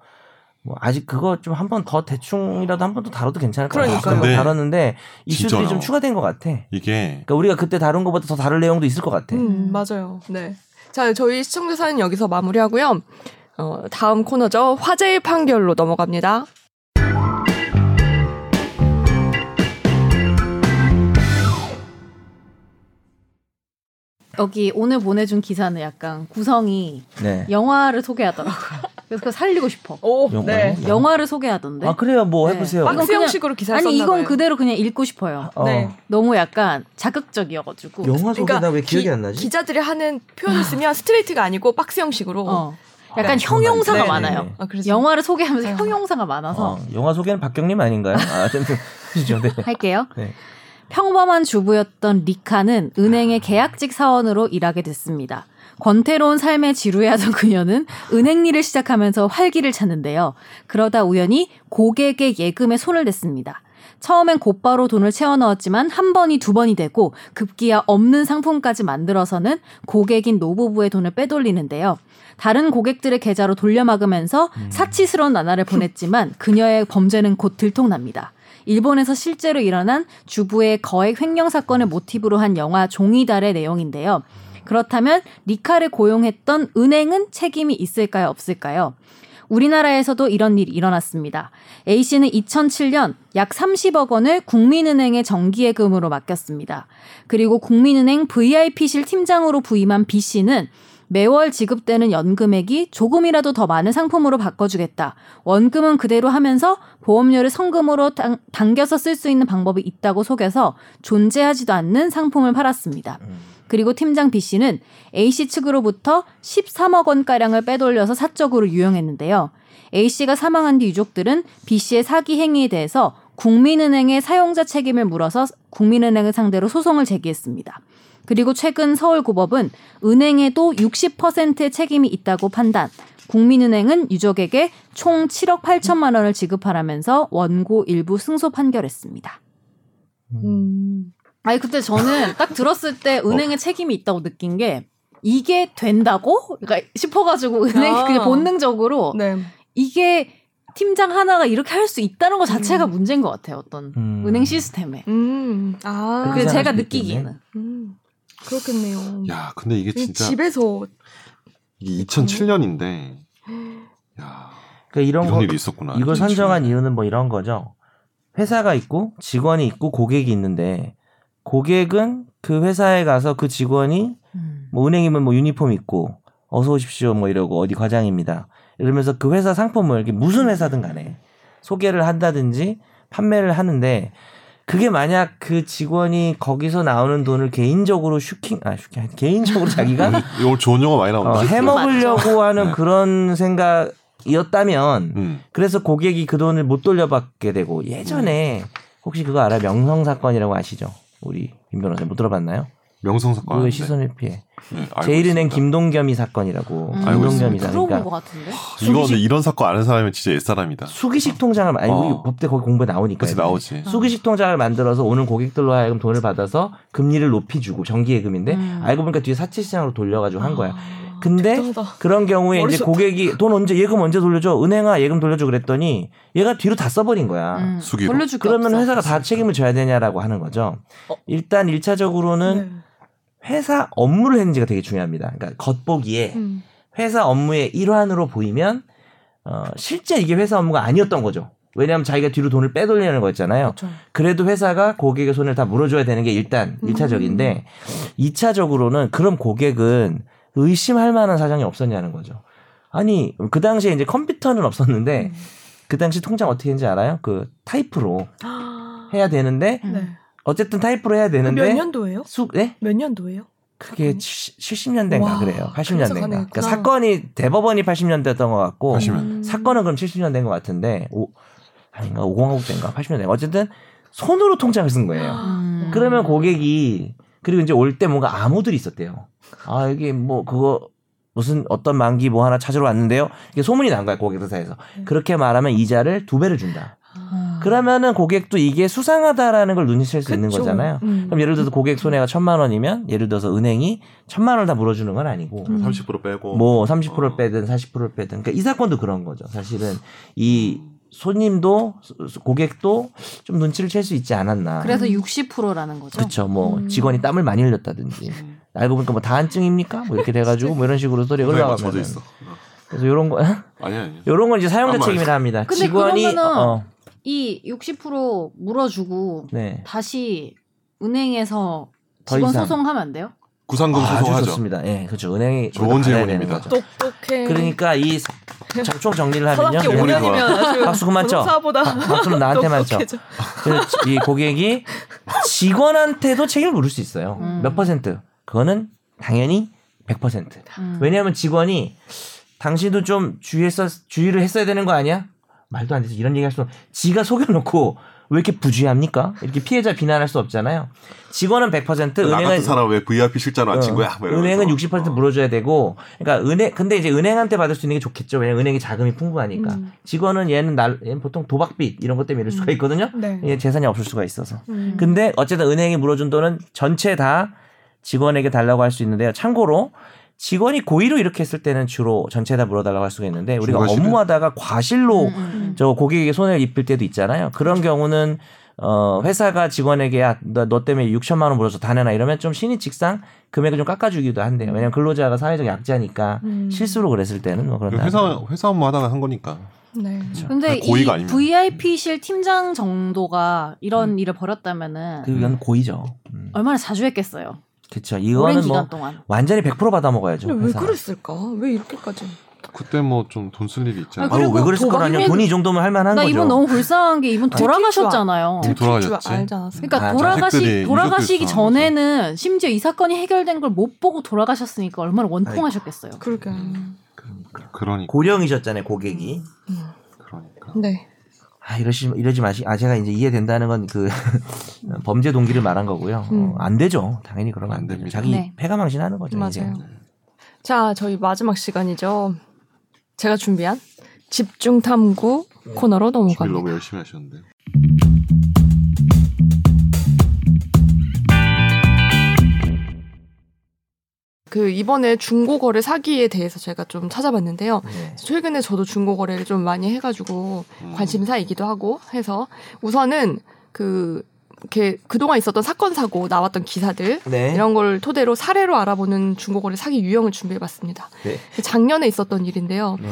뭐 아직 그거 좀 한 번 더 대충이라도 한 번 더 다뤄도 괜찮을 것 같아요.
그러니까요.
아까
근데
다뤘는데 이슈들이
네. 진짜요.
좀 추가된 것 같아. 그러니까
이게
우리가 그때 다룬 것보다 더 다른 내용도 있을 것 같아.
음,
음.
맞아요. 네.
자, 저희 시청자 사연 여기서 마무리하고요. 어, 다음 코너죠. 화제의 판결로 넘어갑니다.
여기 오늘 보내준 기사는 약간 구성이
네.
영화를 소개하더라고요. 그래서 그거 살리고 싶어.
오,
영화요?
네.
네.
영화를 소개하던데.
아 그래요. 뭐
네.
해보세요.
아, 그럼 그냥-
박수영식으로 기사를
아니
썼나
이건
봐요.
그대로 그냥 읽고 싶어요.
어.
네.
너무 약간 자극적이어가지고.
영화 소개다
그러니까
왜 기억이
기-
안 나지?
기자들이 하는 표현을 쓰면 스트레이트가 아니고 박스 형식으로.
어. 약간
아,
형용사가
네, 네,
많아요.
네.
아, 그래서
영화를 소개하면서
네.
형용사가 많아서
어, 영화 소개는 박경림 아닌가요? 아, 아무튼 그죠. 네.
할게요.
네.
평범한 주부였던 리카는 은행의 계약직 사원으로 일하게 됐습니다. 권태로운 삶에 지루해하던 그녀는 은행 일을 시작하면서 활기를 찾는데요. 그러다 우연히 고객의 예금에 손을 댔습니다. 처음엔 곧바로 돈을 채워 넣었지만 한 번이 두 번이 되고 급기야 없는 상품까지 만들어서는 고객인 노부부의 돈을 빼돌리는데요. 다른 고객들의 계좌로 돌려막으면서 사치스러운 나날을 보냈지만 그녀의 범죄는 곧 들통납니다. 일본에서 실제로 일어난 주부의 거액 횡령 사건을 모티브로 한 영화 종이달의 내용인데요. 그렇다면 리카를 고용했던 은행은 책임이 있을까요, 없을까요? 우리나라에서도 이런 일이 일어났습니다. A씨는 2007년 약 30억 원을 국민은행의 정기예금으로 맡겼습니다. 그리고 국민은행 VIP실 팀장으로 부임한 B씨는 매월 지급되는 연금액이 조금이라도 더 많은 상품으로 바꿔주겠다. 원금은 그대로 하면서 보험료를 성금으로 당, 당겨서 쓸 수 있는 방법이 있다고 속여서 존재하지도 않는 상품을 팔았습니다.
음.
그리고 팀장 B 씨는 A 씨 측으로부터 13억 원가량을 빼돌려서 사적으로 유용했는데요. A 씨가 사망한 뒤 유족들은 B 씨의 사기 행위에 대해서 국민은행의 사용자 책임을 물어서 국민은행을 상대로 소송을 제기했습니다. 그리고 최근 서울고법은 은행에도 60%의 책임이 있다고 판단. 국민은행은 유족에게 총 7억 8천만 원을 지급하라면서 원고 일부 승소 판결했습니다.
음.
아니 그때 저는 딱 들었을 때
어.
은행에 책임이 있다고 느낀 게 이게 된다고 그러니까 싶어가지고 은행이
아.
그냥 본능적으로
네.
이게 팀장 하나가 이렇게 할 수 있다는 것 자체가 문제인 것 같아요 어떤
음.
은행 시스템에
음. 아.
그래서
그
생각할
제가
수도
느끼기에는
음. 그렇겠네요.
야 근데 이게 진짜
집에서
이게 2007년인데 야
그러니까 이런
이런
거
일이 있었구나.
이걸
2007년.
선정한 이유는 뭐 이런 거죠. 회사가 있고 직원이 있고 고객이 있는데 고객은 그 회사에 가서 그 직원이
음.
뭐 은행이면 뭐 유니폼 입고 어서 오십시오 뭐 이러고 어디 과장입니다. 이러면서 그 회사 상품을 이렇게 무슨 회사든 간에 소개를 한다든지 판매를 하는데 그게 만약 그 직원이 거기서 나오는 돈을 개인적으로 슈킹 아 슈킹 아니, 개인적으로 자기가
오늘 좋은 용어 많이 나온다.
어, 해먹으려고 하는 그런 생각이었다면
음.
그래서 고객이 그 돈을 못 돌려받게 되고 예전에 혹시 그거 알아 명성 사건이라고 아시죠? 우리 임 변호사 못 들어봤나요?
명성 사건.
그
아닌데.
시선의 피해.
네, 알고
제일은행
있습니다.
김동겸이 사건이라고
음.
알고
김동겸
있습니다.
이사
들어본 것
그러니까
같은데.
아, 이거 근데 이런 사건 아는 사람이 진짜 옛사람이다.
수기식 통장을 아니 우리
어.
법대 거기 공부 에 나오니까
그치 나오지.
수기식 통장을 만들어서 오는 고객들로 하여금 돈을 받아서 금리를 높이주고 정기예금인데
음. 아.
알고 보니까 뒤에 사채시장으로 돌려가지고 한 거야.
네?
근데 그런 경우에 이제
어리석다.
고객이 돈 언제 예금 언제 돌려줘 은행아 예금 돌려줘 그랬더니 얘가 뒤로 다 써버린 거야.
음.
수기로.
돌려줄 게
그러면
없어.
회사가 다 책임을 져야 되냐라고 하는 거죠.
어.
일단 일차적으로
네.
는 회사 업무를 했는지가 되게 중요합니다. 그러니까 겉보기에
음.
회사 업무의 일환으로 보이면 어, 실제 이게 회사 업무가 아니었던 거죠. 왜냐하면 자기가 뒤로 돈을 빼돌리는
어,
그렇죠.
거였잖아요. 그래도 회사가 고객의 손을 다 물어줘야 되는 게 일단 일차적인데이차적으로는 그럼 고객은 의심할 만한 사정이 없었냐는 거죠. 아니 그 당시에 이제 컴퓨터는 없었는데 그 당시 통장 어떻게 했는지 알아요? 그 타이프로 해야 되는데
음.
네.
어쨌든 타이프로 해야 되는데
몇 년도예요?
수, 네?
몇 년도예요?
그게
사건이?
70년대인가
와,
그래요.
그래서
80년대인가.
가능했구나.
그러니까 사건이 대법원이 80년대였던 것 같고
80
음.
사건은 그럼 70년대인 것 같은데 오 아닌가 50한국 대인가 80년대 어쨌든 손으로 통장을 쓴 거예요.
음.
그러면 고객이 그리고 이제 올 때 뭔가 암호들이 있었대요. 아 여기 뭐 그거 무슨 어떤 만기 뭐 하나 찾으러 왔는데요. 이게 소문이 난 거야 고객사에서
음.
그렇게 말하면 이자를 두 배를 준다.
아.
그러면은 고객도 이게 수상하다라는 걸 눈치챌 수 있는
그쵸. 음.
거잖아요. 그럼 예를 들어서 고객 손해가 천만 원이면 예를 들어서 은행이 천만 원을 다 물어주는 건 아니고
30% 빼고.
음. 뭐 30%를
어.
빼든 40%를 빼든 그러니까 이 사건도 그런 거죠. 사실은 이 손님도 고객도 좀 눈치를 챌 수 있지 않았나.
그래서 60%라는 거죠.
그렇죠. 뭐
음.
직원이 땀을 많이 흘렸다든지 알고 보니까 뭐 다한증입니까? 뭐 이렇게 돼가지고 뭐 이런 식으로 소리
엉덩이가 젖어
올라가고
네, 그러니까 있어.
그래서 이런 거
아니 아니.
이런 건 이제 사용자
아무 말
책임이라 합니다.
근데
직원이
그러면은
어,
이 60% 물어주고
네
다시 은행에서
더
직원
이상.
소송하면 안 돼요?
구상금
아주
소송하죠.
좋습니다. 예, 그렇죠. 은행이
좋은
받아야 되는
질문입니다.
거죠.
똑똑해.
그러니까 이
네.
장총 정리를 하면요.
사학기
오래-
5년이면 아주
박수 그만 쳐.
사보다
박- 박수는 아, 나한테만 쳐. 그래서 이 고객이 직원한테도 책임을 물을 수 있어요.
음.
몇 퍼센트? 그거는 당연히 100%.
음.
왜냐하면 직원이 당신도 좀 주의했어, 주의를 했어야 되는 거 아니야? 말도 안 돼서 이런 얘기 할 수 없. 지가 속여놓고 왜 이렇게 부주의합니까? 이렇게 피해자 비난할 수 없잖아요. 직원은 100%,
나 같은
은행은
사람 왜 VIP 실자로 앉힌
어,
거야? 뭐 이러면서.
은행은 60% 물어줘야 되고, 그러니까 은행 근데 이제 은행한테 받을 수 있는 게 좋겠죠. 왜냐면 은행이 자금이 풍부하니까
음.
직원은 얘는 날 얘는 보통 도박빚 이런 것 때문에 이럴 수가 있거든요.
네.
얘 재산이 없을 수가 있어서.
음.
예. 근데 어쨌든 은행이 물어준 돈은 전체 다 직원에게 달라고 할 수 있는데요. 참고로 직원이 고의로 이렇게 했을 때는 주로 전체 다 물어달라고 할 수가 있는데 우리가
중과실은?
업무하다가 과실로
음, 음, 음.
저 고객에게 손해를 입힐 때도 있잖아요. 그런 경우는 어 회사가 직원에게 야너 너 때문에 6천만 원 물어서 다내나 이러면 좀 신이 직상 금액을 좀 깎아주기도 한대요. 왜냐면 근로자가 사회적 약자니까
음.
실수로 그랬을 때는 뭐 그런
회사 회사 업무 하다가 한 거니까.
네.
그렇죠. 근데 이
아, 고의가 아닙니다.
VIP실 팀장 정도가 이런 일을 벌였다면은
그건 고의죠. 음.
얼마나 자주 했겠어요.
그렇죠.
어, 오랜
이거는
기간
뭐
동안.
완전히 100% 받아 먹어야죠.
근데 왜
회사가.
그랬을까? 왜 이렇게까지?
그때 뭐 좀 돈 쓸 일이 있잖아.
아,
아유,
그리고
왜 그랬을 거라뇨.
도박이면-
돈이 이 정도면 할 만한
나
거죠.
이분 너무 불쌍한 게 이분
특히
돌아가셨잖아요.
줄 알- 그 돌아가셨지.
줄 알지 않았어.
그러니까
아,
자식들이
돌아가시 돌아가시기
유족들 상황에서.
전에는 심지어 이 사건이 해결된 걸 못 보고 돌아가셨으니까 얼마나 원통하셨겠어요.
그러게.
그러니까
고령이셨잖아요, 고객이.
그러니까.
네.
아, 이러시, 이러지 마시, 아, 제가 이제 이해된다는 건 그, 범죄 동기를 말한 거고요.
음.
어, 안 되죠. 당연히 그러면
안
안 되죠.
됩니다.
자기
네.
패가망신 하는 거죠. 이제.
맞아요. 자, 저희 마지막 시간이죠. 제가 준비한 집중 탐구
네.
코너로
준비
넘어갑니다.
너무 열심히 하셨는데.
그 이번에 중고거래 사기에 대해서 제가 좀 찾아봤는데요.
네.
최근에 저도 중고거래를 좀 많이 해가지고
음.
관심사이기도 하고 해서 우선은 그 이렇게 그동안 있었던 사건 사고 나왔던 기사들
네.
이런 걸 토대로 사례로 알아보는 중고거래 사기 유형을 준비해봤습니다. 그
네.
작년에 있었던 일인데요.
네.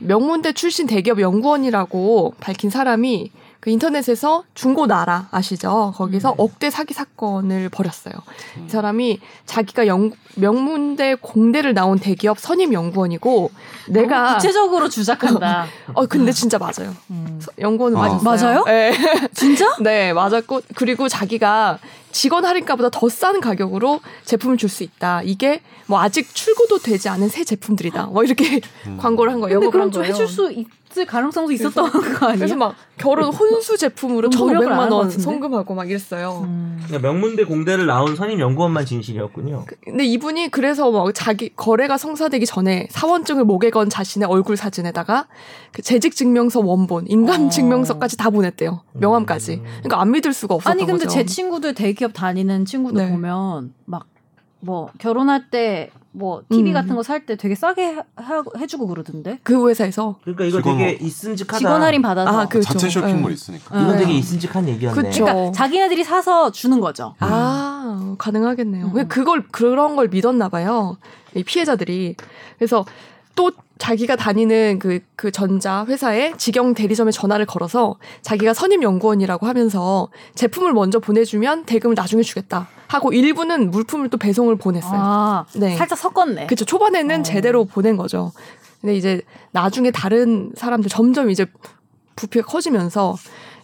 명문대 출신 대기업 연구원이라고 밝힌 사람이
그 인터넷에서 중고나라 아시죠? 거기서
음.
억대 사기 사건을 벌였어요.
음.
이 사람이 자기가 영, 명문대 공대를 나온 대기업 선임 연구원이고
너무
내가
어, 구체적으로 주작한다.
어 근데 진짜 맞아요.
음.
서- 연구원은
아.
맞았어요.
맞아요?
네.
진짜?
네, 맞았고 그리고 자기가 직원 할인가보다 더 싼 가격으로 제품을 줄 수 있다. 이게 뭐 아직 출고도 되지 않은 새 제품들이다. 뭐 이렇게
음.
광고를 한 거예요.
근데
영업을
그럼
한
좀
거예요.
해줄 수 있을 가능성도 있었던 거
그래서
아니에요?
막 결혼 혼수 제품으로
그럼 노력을 안
1,500만
한것
원
같은데?
송금하고 막 이랬어요.
음.
네.
그러니까 명문대 공대를 나온 선임 연구원만 진실이었군요.
그, 근데 이분이 그래서 뭐 자기 거래가 성사되기 전에 사원증을 목에 건 자신의 얼굴 사진에다가 그 재직 증명서 원본, 인감
어.
증명서까지 다 보냈대요. 명함까지.
음.
그러니까 안 믿을 수가 없었던
아니 근데
거죠.
제 친구들 대기업 다니는 친구들
네.
보면 막 뭐 결혼할 때 뭐 TV
음.
같은 거 살 때 되게 싸게 해, 하- 해주고 그러던데
그 회사에서
그러니까 이거
직원
되게
뭐-
있음직하다.
직원 할인 받아서
아, 그- 그렇죠.
자체 쇼핑몰
네.
있으니까.
네.
이건 되게 있음직한 얘기였네.
그쵸.
그러니까 자기네들이 사서 주는 거죠.
아 가능하겠네요.
음.
왜 그걸 그런 걸 믿었나 봐요. 이 피해자들이 그래서 또 자기가 다니는 그 그 전자 회사의 직영 대리점에 전화를 걸어서 자기가 선임 연구원이라고 하면서 제품을 먼저 보내주면 대금을 나중에 주겠다 하고 일부는 물품을 또 배송을 보냈어요.
아,
네.
살짝 섞었네.
그쵸 초반에는
어.
제대로 보낸 거죠. 근데 이제 나중에 다른 사람들 점점 이제 부피가 커지면서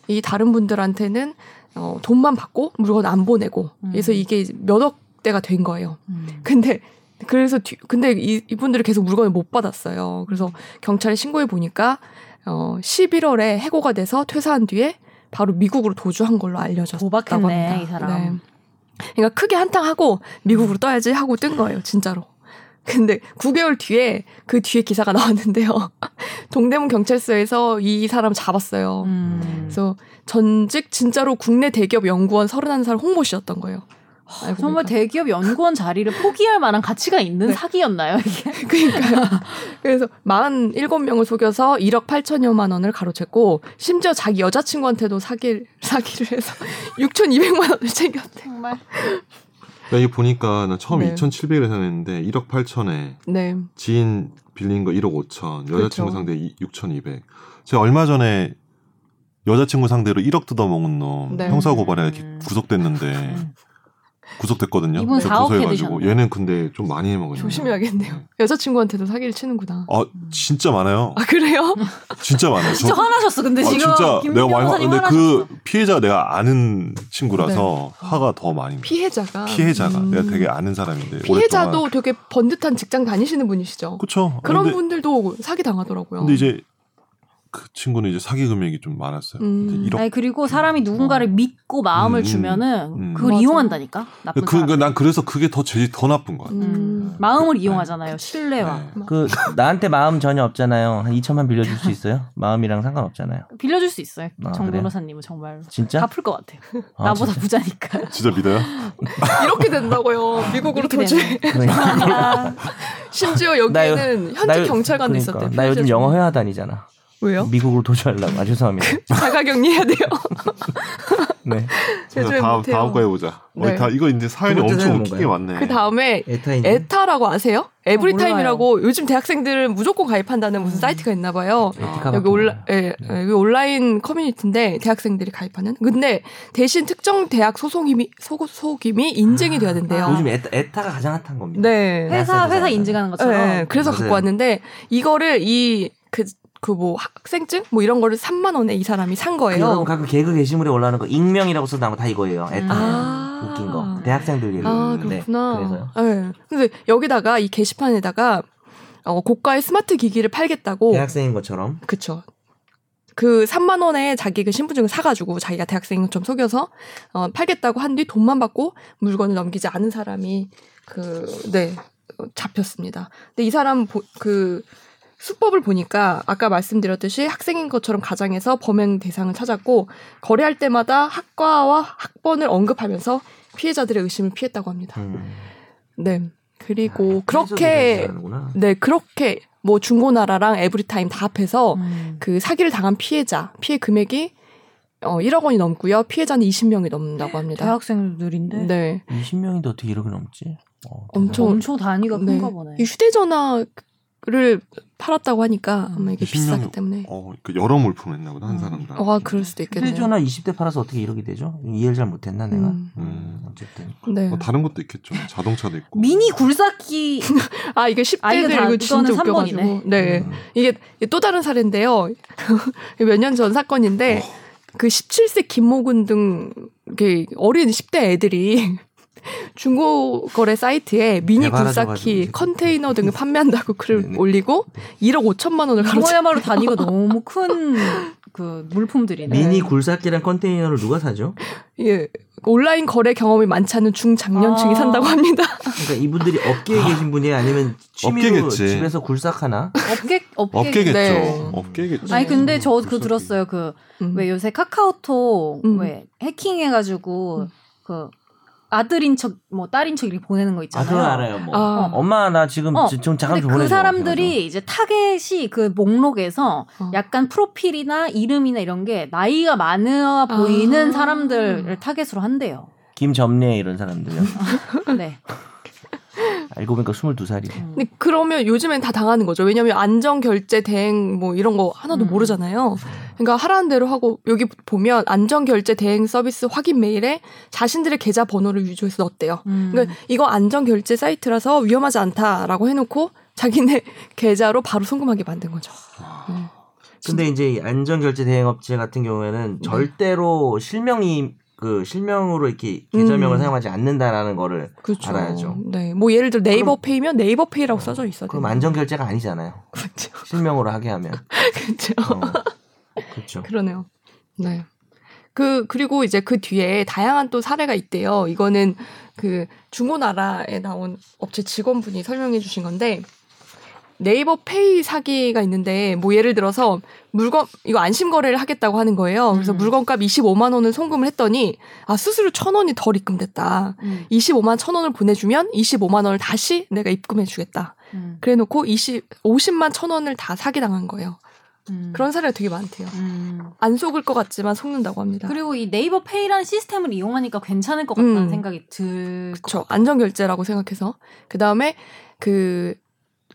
이 다른 분들한테는 어, 돈만 받고 물건 안 보내고
음.
그래서 이게 이제 몇억 대가 된 거예요.
음.
근데 그래서 뒤, 근데 이, 이분들이 계속 물건을 못 받았어요. 그래서 경찰에 신고해 보니까 어 11월에 해고가 돼서 퇴사한 뒤에 바로 미국으로 도주한 걸로 알려졌다고
도박했네,
합니다.
이 사람.
그러니까 크게 한탕하고 미국으로 떠야지 하고 뜬 거예요, 진짜로. 근데 9개월 뒤에 그 뒤에 기사가 나왔는데요. 동대문 경찰서에서 이 사람 잡았어요.
음.
그래서 전직 진짜로 국내 대기업 연구원 31살 홍모 씨였던 거예요. 알고
아, 정말
보니까.
대기업 연구원 자리를 포기할 만한 가치가 있는
네.
사기였나요 이게?
그러니까요. 그래서 47명을 속여서 1억 8천여만 원을 가로챘고 심지어 자기 여자친구한테도 사기 사기를 해서 6,200만 원을 챙겼대.
정말.
나 이게 보니까 나 처음
네.
2,700을 사냈는데 1억 8천에
네.
지인 빌린 거 1억 5천,
그렇죠.
여자친구 상대 6,200. 제가 얼마 전에 여자친구 상대로 1억 뜯어먹은 놈
네.
형사 고발에
음.
구속됐는데 구속됐거든요.
이분
그래서
사억
고소해가지고
해드셨네.
얘는 근데 좀 많이 해먹었네요.
조심해야겠네요. 여자친구한테도 사기를 치는구나.
아 진짜 많아요.
아 그래요?
진짜 많아요.
진짜
저-
화나셨어. 근데
아,
지금
진짜
김
내가 많이 화,
변호사님
근데
화나셨어.
그 피해자 내가 아는 친구라서 화가 더 많이 나요.
피해자가
피해자가
음.
내가 되게 아는 사람인데
피해자도
오랫동안.
되게 번듯한 직장 다니시는 분이시죠.
그쵸
그런
근데,
분들도 사기 당하더라고요.
근데 이제 그 친구는 이제 사기 금액이 좀 많았어요.
음.
근데 1억
아니 그리고 사람이 누군가를 믿고 마음을
음,
주면은
음.
그걸
맞아.
이용한다니까 나쁜
그, 그,
사람.
난 그래서 그게 더 제일 더 나쁜 것 같아요.
음.
마음을
네.
이용하잖아요 신뢰와
네.
그 나한테 마음 전혀 없잖아요. 한 2천만 빌려줄 수 있어요? 마음이랑 상관없잖아요.
빌려줄 수 있어요
아,
정
그래요?
변호사님은 정말
진짜?
갚을 것 같아요
아,
나보다
진짜? 네,
부자니까
진짜 믿어요?
이렇게 된다고요. 미국으로
이렇게
도주해.
그러니까.
되네.
심지어
나 요-
여기는
나
아, 현지
요-
경찰관도
그러니까.
있었대요.
나 요즘
피해자
영어
중에.
회화 다니잖아.
왜요?
미국으로 도주하려고. 아, 죄송합니다.
자가격리해야 돼요.
네.
제주에
다음
못해요.
다음 거 해보자.
네.
어, 다 이거 이제 사연이
두 번째
엄청
사연은
웃기게 많네.
그 다음에
에타인.
에타라고 아세요? 에브리타임이라고 요즘 대학생들은 무조건 가입한다는 무슨
음.
사이트가 있나 봐요.
아, 에티카
여기
같은
올라
거예요.
예, 예, 여기 온라인 커뮤니티인데 대학생들이 가입하는. 근데 대신 특정 대학 소송임이 소, 속임이 인증이 돼야 된대요.
아, 요즘 에타, 에타가 가장 핫한 겁니다.
아. 네.
회사 회사 인증하는 것처럼
네, 그래서
맞아요.
갖고 왔는데 이거를 이 그 그 뭐 학생증 뭐 이런 거를 3만 원에 이 사람이 산
그리고
거예요.
가끔 개그 게시물에 올라오는 거 익명이라고 써서 나온 거 다 이거예요. 에타.
아.
웃긴 거. 대학생들 개그.
아
네,
그렇구나.
그래서요.
예. 근데 여기다가 이 게시판에다가 어, 고가의 스마트 기기를 팔겠다고
대학생인 것처럼.
그쵸. 그 3만 원에 자기 그 신분증을 사가지고 자기가 대학생인 것처럼 속여서 어, 팔겠다고 한 뒤 돈만 받고 물건을 넘기지 않은 사람이 그네 잡혔습니다. 근데 이 사람 보- 그 수법을 보니까 아까 말씀드렸듯이 학생인 것처럼 가장해서 범행 대상을 찾았고 거래할 때마다 학과와 학번을 언급하면서 피해자들의 의심을 피했다고 합니다.
음.
네 그리고
아,
그렇게
하는구나.
네 그렇게 뭐 중고나라랑 에브리타임 다 합해서
네.
음.
그 사기를 당한 피해자 피해 금액이 어 1억 원이 넘고요. 피해자는 20명이 넘는다고 합니다.
대학생들인데
네.
20명인데 어떻게 이렇게 넘지? 어,
엄청
엄청 단위가
네.
큰가 보네
이 휴대전화 를 팔았다고 하니까 아마 이게
20
비싸기
명이-
때문에
어, 그 여러 물품 했나 보다 한
음.
사람당.
아,
뭐
와 그럴 수도
근데
있겠네요.
저나 20대 팔아서 어떻게 이렇게 되죠? 이해를 잘 못했나 내가.
음.
음, 어쨌든
네.
뭐 다른 것도 있겠죠. 자동차도 있고.
미니 굴삭기
아 이게
아, 이거
10대들
다-
이거 진짜
이거는 삼 번이네.
웃겨가지고 네
음.
이게 또 다른 사례인데요. 몇 년 전 사건인데
어.
그 17세 김모군 등 이렇게 어린 10대 애들이 중고거래 사이트에 미니
개발하셔가지고
굴삭기
네, 이제.
컨테이너 등을 판매한다고 글을
네네.
올리고 1억 5천만 원을 가로채
그거야말로 단위가 너무 큰 그 물품들이네.
미니 굴삭기랑 컨테이너를 누가 사죠?
예, 온라인 거래 경험이 많지 않은 중장년층이
아.
산다고 합니다.
그러니까 이분들이 업계에 계신 분이 아니면 취미로
업계겠지.
집에서 굴삭 하나?
네. 업계 업계.
업계겠죠.
네.
업계겠죠.
아니 근데 저 그
굴삭기.
들었어요. 그
음.
왜 요새 카카오톡
음.
왜 해킹해가지고
음.
그 아들인 척 뭐 딸인 척 이렇게 보내는 거
아
있잖아요.
그거 알아요. 뭐
아.
엄마 나 지금
어,
지금 잠깐
근데
좀
그
보내줘.
사람들이 이제 타겟이 그 목록에서
어.
약간 프로필이나 이름이나 이런 게 나이가 많아 보이는
아.
사람들을 타겟으로 한대요.
김점례 이런 사람들요.
네.
알고 보니까 22살이고.
음.
근데 그러면 요즘엔 다 당하는 거죠. 왜냐하면 안전 결제 대행 뭐 이런 거 하나도
음.
모르잖아요. 그러니까 하라는 대로 하고 여기 보면 안전 결제 대행 서비스 확인 메일에 자신들의 계좌 번호를 유조해서 넣었대요.
음.
그러니까 이거 안전 결제 사이트라서 위험하지 않다라고 해놓고 자기네 계좌로 바로 송금하게 만든 거죠. 네.
근데 이제 이 안전결제 대행업체 같은 경우에는
네.
절대로 실명이 그 실명으로 이렇게 계좌명을
음.
사용하지 않는다라는 거를
그렇죠.
알아야죠.
네, 뭐 예를 들어 네이버 페이면 네이버 페이라고 써져 있어요.
음.
그럼 안전결제가 아니잖아요.
그렇죠.
실명으로 하게 하면.
그렇죠.
어. 그렇죠.
그러네요. 네. 그 그리고 이제 그 뒤에 다양한 또 사례가 있대요. 이거는 그 중고나라에 나온 업체 직원분이 설명해 주신 건데 네이버 페이 사기가 있는데 뭐 예를 들어서 물건 이거 안심 거래를 하겠다고 하는 거예요. 그래서
음.
물건값 25만 원을 송금을 했더니 아 수수료 1,000원이 덜 입금됐다.
음.
25만 1,000원을 보내주면 25만 원을 다시 내가 입금해 주겠다.
음.
그래 놓고 20 50만 1,000원을 다 사기 당한 거예요. 그런
음.
그러니까 사례가 되게 많대요.
음.
안 속을 것 같지만 속는다고 합니다.
그리고 이 네이버 페이라는 시스템을 이용하니까 괜찮을 것 같다는
음.
생각이 들.
그렇죠. 안전 결제라고 생각해서 그 다음에 그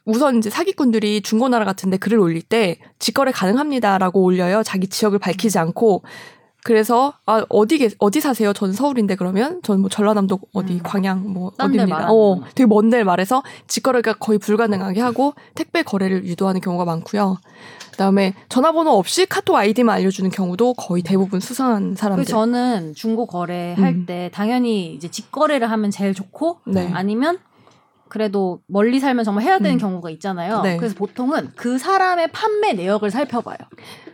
우선 이제 사기꾼들이 중고나라 같은데 글을 올릴 때 직거래 가능합니다라고 올려요. 자기 지역을 밝히지 않고 그래서 아 어디 계- 어디 사세요? 저는 서울인데 그러면 저는 뭐 전라남도 어디
음.
광양 뭐
딴데
어디입니다.
말하는
어
거구나.
되게 먼 데를 말해서 직거래가 거의 불가능하게 하고 택배 거래를 유도하는 경우가 많고요. 그다음에 전화번호 없이 카톡 아이디만 알려주는 경우도 거의 대부분 수상한
그
사람들.
저는 중고 거래할
음.
때 당연히 이제 직거래를 하면 제일 좋고
네.
아니면 그래도 멀리 살면 정말 해야 되는
음.
경우가 있잖아요.
네.
그래서 보통은 그 사람의 판매 내역을 살펴봐요.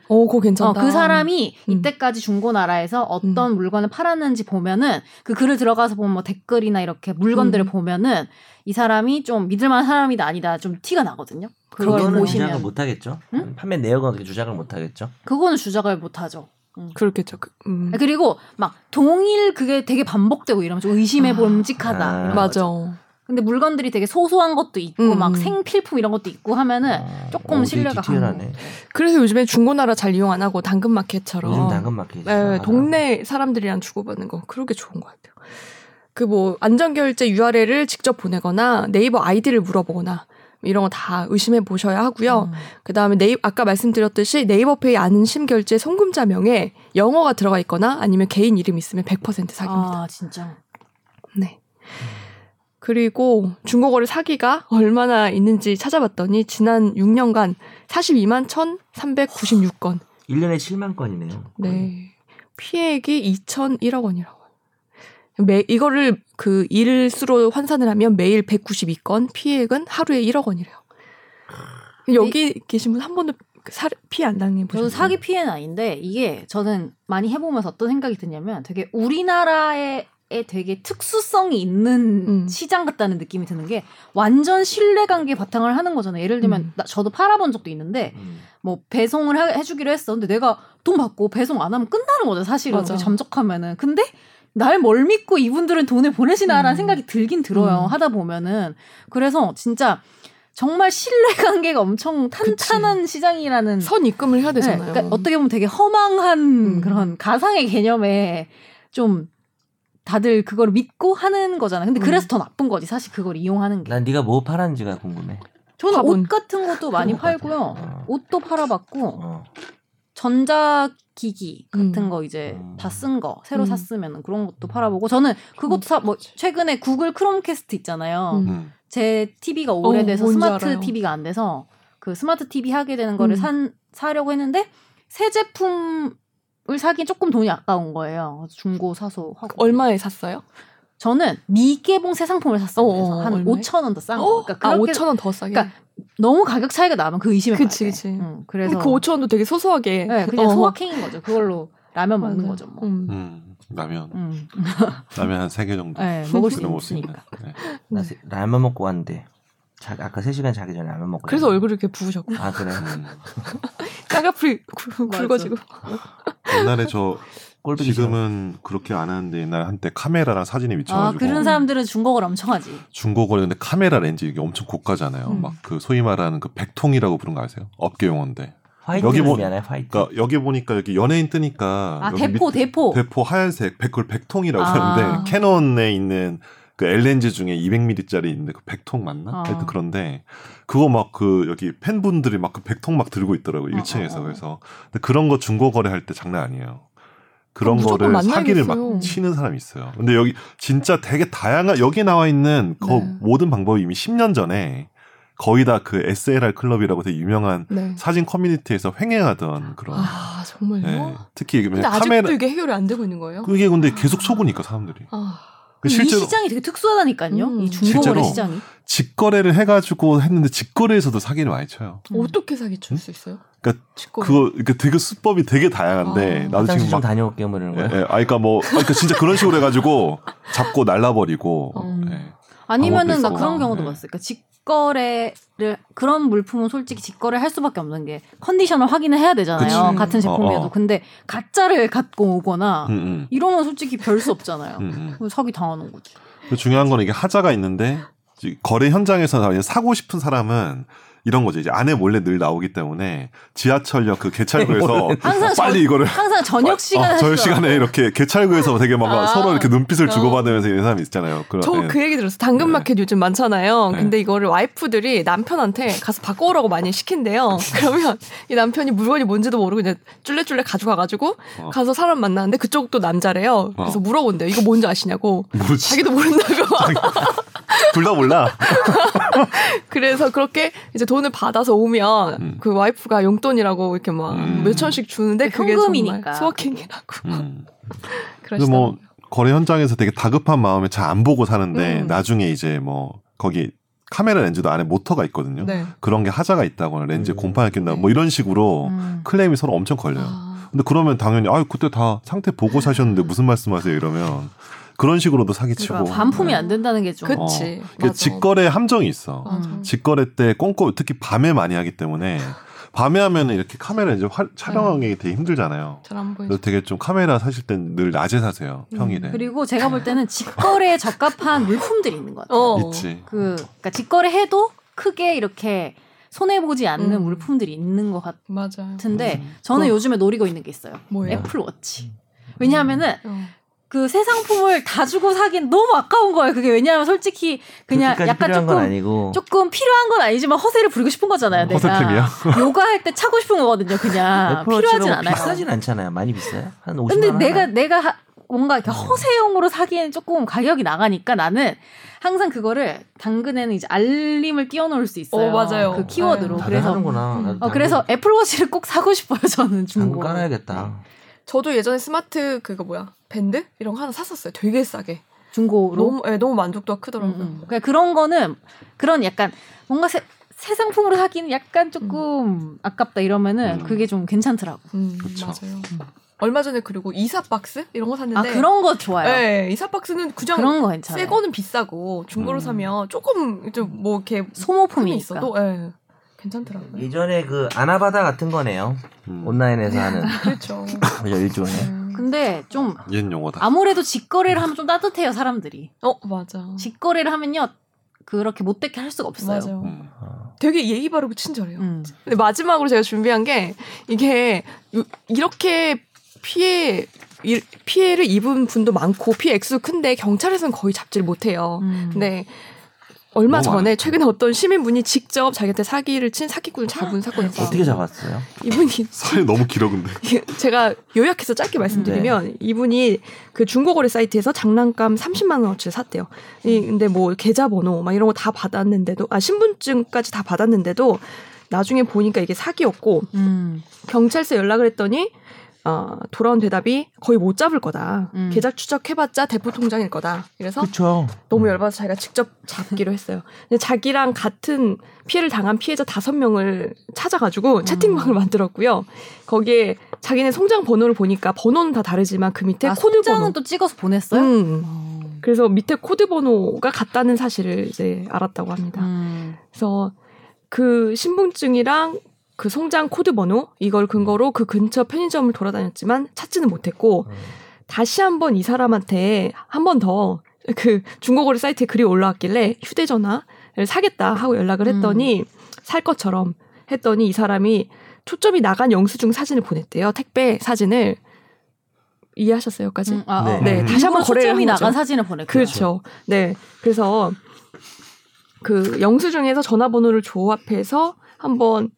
어, 그거 괜찮다.
어, 그 사람이
음.
이때까지 중고나라에서 어떤 물건을 팔았는지 보면은 그 글을 들어가서 보면 뭐 댓글이나 이렇게 물건들을
음.
보면은 이 사람이 좀 믿을만한 사람이다 아니다 좀 티가 나거든요. 그걸
그거는
보시면
주작을
뭐
못 하겠죠.
응?
판매 내역은 그렇게 주작을 못 하겠죠.
그거는 주작을 못하죠.
그렇겠죠. 그- 음.
아, 그리고 막 동일 그게 되게 반복되고 이러면 좀 의심해
아.
볼직하다.
아.
이런 거죠.
맞아.
근데 물건들이 되게 소소한 것도 있고
음, 음.
막 생필품 이런 것도 있고 하면은
어,
네, 조금
되게
신뢰가
디테일하네.
그래서 요즘에 중고나라 잘 이용 안 하고
요즘
당근마켓처럼
당근마켓.
네, 동네 사람들이랑 주고받는 거 그러게 좋은 것 같아요. 그 뭐 안전결제 URL을 직접 보내거나 네이버 아이디를 물어보거나 이런 거 다 의심해 보셔야 하고요.
음.
그 다음에 네이 아까 말씀드렸듯이 네이버페이 안심 결제 송금자 명에 영어가 들어가 있거나 아니면 개인 이름 있으면 100% 사기입니다.
아 진짜.
네. 그리고 중고거래 사기가 얼마나 있는지 찾아봤더니 지난 6년간 42만 1,396건.
1년에 7만 건이네요. 거의.
네. 피해액이 2,001억 원이라고. 매, 이거를 그 일수로 환산을 하면 매일 192건, 피해액은 하루에 1억 원이래요. 여기 계신 분 한 번도 그 사, 피해 안 당해
저도
보셨어요?
사기 피해는 아닌데 이게 저는 많이 해보면서 어떤 생각이 드냐면 되게 우리나라의 에 되게 특수성이 있는
음.
시장 같다는 느낌이 드는 게 완전 신뢰관계 바탕을 하는 거잖아요. 예를 들면
음.
나- 저도 팔아본 적도 있는데
음.
뭐 배송을 하- 해주기로 했어. 근데 내가 돈 받고 배송 안 하면 끝나는 거죠. 사실은
맞아.
그 잠적하면은. 근데 날 뭘 믿고 이분들은 돈을 보내시나라는
음.
생각이 들긴 들어요.
음.
하다 보면은 그래서 진짜 정말 신뢰관계가 엄청 탄탄한 시장이라는
선 입금을 해야
네,
되잖아요.
그러니까 어떻게 보면 되게 허망한
음.
그런 가상의 개념에 좀 다들 그걸 믿고 하는 거잖아. 근데
음.
그래서 더 나쁜 거지 사실 그걸 이용하는 게.
난 네가 뭐 팔았는지가 궁금해.
저는
화분.
옷 같은 것도 많이
그런 것
팔고요.
같아요.
옷도 팔아봤고
어.
전자기기 같은
음.
거 이제
음.
다 쓴 거 새로
음.
샀으면 그런 것도 팔아보고 저는 그것도 사, 뭐 최근에 구글 크롬캐스트 있잖아요.
음.
음.
제 TV가 오래돼서
어, 뭔지
스마트
알아요.
TV가 안 돼서 그 스마트 TV 하게 되는 거를
음.
산 사려고 했는데 새 제품을 사기 조금 돈이 아까운 거예요. 그래서 중고 사서 하고
얼마에 샀어요?
저는 미개봉 새 상품을 샀어요. 그래서
어어,
한
얼마에?
5천 원 더 싼
어?
거. 그러니까
아,
그렇게
5천 원 더 싸게.
그러니까 너무 가격 차이가 나면 그 의심을
그치,
받아요.
그치.
응,
그럼
그래서
그 5천 원도 되게 소소하게.
네, 그냥
어.
소확행인 거죠. 그걸로 라면 먹는
맞아요.
거죠. 뭐.
음.
음, 라면
음.
라면 한 세 개 정도
네, 먹을 수
끓여 먹을 수 있는.
있으니까.
네.
나
음.
네.
세- 라면 먹고 왔는데 자, 아까 3시간 자기 전에 라면 먹고
그래서
잤네.
얼굴이 이렇게 부으셨고
아 그래
음.
까가풀이
맞아.
굵어지고.
옛날에 저
꼴보기 뭐
지금은 그렇게 안 하는데 옛날 한때 카메라랑 사진이
아,
미쳐가지고
그런 사람들은 중국어를 엄청 하지.
중고거래 근데 카메라 렌즈 이게 엄청 고가잖아요.
음.
막 그 소위 말하는 그 백통이라고 부르는 거 아세요? 업계 용어인데.
화이트
여기
여기
뭐-
미안해 화이트
그러니까 여기 보니까 이렇게 연예인 뜨니까
아,
여기
대포,
밑-
대포.
대포 하얀색 백- 그걸 백통이라고
아.
하는데 캐논에 있는 그 엘렌즈 중에 200mm짜리 있는데 그 백통 맞나?
어.
하여튼 그런데 그거 막 그 여기 팬분들이 막 그 백통 막 들고 있더라고 요
어,
1층에서
어, 어.
그래서 근데 그런 거 중고 거래할 때 장난 아니에요.
그럼
그런 거를
무조건
사기를 막
만나야겠어요.
치는 사람이 있어요. 근데 여기 진짜 되게 다양한 여기 나와 있는 그
네.
모든 방법이 이미 10년 전에 거의 다 그 SLR 클럽이라고 되게 유명한
네.
사진 커뮤니티에서 횡행하던 그런
아 정말요?
예, 특히 이게
근데
뭐냐,
아직도
카메라
이게 해결이 안 되고 있는 거예요?
그게 근데 계속 속으니까 사람들이
아,
그
음, 이
실제로
시장이 되게 특수하다니까요.
음.
이 중고거래
실제로.
시장이.
직거래를 해가지고 했는데 직거래에서도 사기를 많이 쳐요.
음.
어떻게 사기 칠 수 있어요?
그러니까
직거래.
그거 그러니까 되게 수법이 되게 다양한데
아.
나도
화장실
지금
좀
막
다녀올게 뭐 이런
예,
거야
예, 아, 그러니까 뭐, 아, 그러니까 진짜 그런 식으로 해가지고 잡고 날라버리고.
음.
예.
아니면은 나
방법도
그런
있어.
경우도
네.
봤어요. 그러니까 직거래를 그런 물품은 솔직히 직거래를 할 수밖에 없는 게 컨디션을 확인을 해야 되잖아요.
그치.
같은 제품이어도
어, 어. 근데
근데 가짜를 갖고 오거나
음, 음,
이러면 솔직히 별 수 없잖아요.
음, 음.
그럼 사기 당하는 거지.
그 중요한 거는 이게 하자가 있는데 이제 거래 현장에서 나- 사고 싶은 사람은 이런 거죠. 이제 아내 몰래 늘 나오기 때문에 지하철역 그 개찰구에서
항상 저-
빨리 이거를
항상 저녁 음. 시간에
어,
하시더라고요.
저녁 시간에 이렇게 개찰구에서 되게 막
아.
서로 이렇게 눈빛을
어.
주고받으면서 이런 사람이 있잖아요. 그런,
저
예.
그 얘기 들었어. 요 당근마켓 요즘 많잖아요.
네.
근데 이거를 와이프들이 남편한테 가서 바꿔오라고 많이 시킨대요. 그러면 이 남편이 물건이 뭔지도 모르고 그냥 쫄래쫄래 가져가가지고
어.
가서 사람 만나는데 그쪽도 남자래요. 그래서
어.
물어본대요. 이거 뭔지 아시냐고.
모르지.
자기도 모른다고.
둘 다 몰라.
그래서 그렇게 이제 돈을 받아서 오면
음.
그 와이프가 용돈이라고 이렇게 막
음.
몇 천씩 주는데 그게
현금이니까.
정말 소확행이라고
음. 그래서
그러시더라고요.
뭐 거래 현장에서 되게 다급한 마음에 잘 안 보고 사는데
음.
나중에 이제 뭐 거기 카메라 렌즈도 안에 모터가 있거든요.
네.
그런 게 하자가 있다거나 렌즈에
음.
곰팡이 낀다
네.
뭐 이런 식으로
음.
클레임이 서로 엄청 걸려요.
아,
근데 그러면 당연히 아 그때 다 상태 보고 사셨는데 무슨 말씀하세요 이러면 그런 식으로도 사기치고
그러니까
반품이
네.
안 된다는 게 좀.
어.
그치.
이게
맞아.
직거래 함정이 있어.
맞아.
음.
직거래 때 꼼꼼 특히 밤에 많이 하기 때문에 밤에 하면 이렇게 카메라 이제 활- 촬영하기 되게 힘들잖아요.
잘안 보이죠.
그래서 되게 좀 카메라 사실 땐 늘 낮에 사세요
네. 음,
평일에.
그리고 제가 볼 때는 직거래에 적합한 물품들이 있는 것 같아요.
어.
있지.
그 그러니까 직거래해도 크게 이렇게 손해 보지 않는
음.
물품들이 있는 것
맞아요.
같은데
음. 어.
저는
뭐.
요즘에 노리고 있는 게 있어요.
음.
뭐예요?
애플워치. 왜냐하면은
어.
그 새 상품을 다 주고 사긴 너무 아까운 거예요. 그게 왜냐하면 솔직히 그냥
그렇게까지
약간
필요한 건
조금
아니고
조금 필요한 건 아니지만 허세를 부리고 싶은 거잖아요. 내가
허세템이야?
요가할 때 차고 싶은 거거든요. 그냥
애플워치가
필요하진
뭐
않아요.
비싸진 않잖아요 많이 비싸요 한 50만 음.
근데
원
내가
하나?
내가 하- 뭔가 이렇게 허세용으로 사기엔 조금 가격이 나가니까 나는 항상 그거를 당근에는 이제 알림을 띄워놓을 수 있어요.
어, 맞아요.
그 키워드로
네.
다들
그래서
하는구나
음.
나도
어,
어
당근-
그래서 애플워치를 꼭 사고 싶어요. 저는
당근
중고.
깔아야겠다
저도 예전에 스마트 그거 뭐야 밴드 이런 거 하나 샀었어요. 되게 싸게.
중고로.
너무 예, 너무 만족도가
음,
크더라고요.
음. 그러니까 그런 거는 그런 약간 뭔가 새, 새 상품으로 사기는 약간 조금 아깝다 이러면은
음.
그게 좀 괜찮더라고.
음,
그쵸.
맞아요. 얼마 전에 그리고 이사 박스 이런 거 샀는데.
아 그런 거 좋아요.
예, 이사 박스는 그냥
그런 거 괜찮아요.
새 거는 비싸고 중고로
음.
사면 조금 좀 뭐 이렇게 품이
소모품이니까.
있어도 예, 괜찮더라고요.
예전에 그 아나바다 같은 거네요
음.
온라인에서 하는
그렇죠.
그죠 일종의
음.
근데 좀
옛 용어다.
아무래도 직거래를 하면 좀 따뜻해요 사람들이.
어 맞아.
직거래를 하면요 그렇게 못되게 할 수가 없어요.
맞아요.
음.
어.
되게 예의 바르고 친절해요.
음.
근데 마지막으로 제가 준비한 게 이게 요- 이렇게 피해 일- 피해를 입은 분도 많고 피해 액수 큰데 경찰에서는 거의 잡지를 못해요.
음.
근데 얼마 전에
너무 많아요.
최근에 어떤 시민분이 직접 자기한테 사기를 친 사기꾼을
아.
잡은 사건이 있어요.
어떻게 잡았어요?
이분이
사연이 너무 길어 근데.
이게 제가 요약해서 짧게 말씀드리면 이분이 그 중고거래 사이트에서 장난감 30만 원어치를 샀대요. 이 근데 뭐 계좌번호 막 이런 거 다 받았는데도 아 신분증까지 다 받았는데도 나중에 보니까 이게 사기였고
음.
경찰서 연락을 했더니 아 돌아온 대답이 거의 못 잡을 거다.
음.
계좌 추적해봤자 대포 통장일 거다. 그래서
그렇죠.
음.
너무 열받아서 자기가 직접 잡기로 했어요. 근데 자기랑 같은 피해를 당한 피해자 다섯 명을 찾아가지고
음.
채팅방을 만들었고요. 거기에 자기네 송장 번호를 보니까 번호는 다 다르지만 그 밑에
아,
코드
손장은
번호.
또 찍어서 보냈어요?
음.
어.
그래서 밑에 코드 번호가 같다는 사실을 이제 알았다고 합니다.
음.
그래서 그 신분증이랑 그 송장 코드 번호 이걸 근거로 그 근처 편의점을 돌아다녔지만 찾지는 못했고
음.
다시 한번 이 사람한테 한 번 더 그 중고거래 사이트에 글이 올라왔길래 휴대전화를 사겠다 하고 연락을 했더니 살 것처럼 했더니 이 사람이 초점이 나간 영수증 사진을 보냈대요 택배 사진을 이해하셨어요? 여기까지?
음, 아, 아,
네.
네, 다시 한번 거래를
초점이
한 거죠.
나간 사진을 보냈고
그렇죠. 네. 그래서 그 영수증에서 전화번호를 조합해서 한번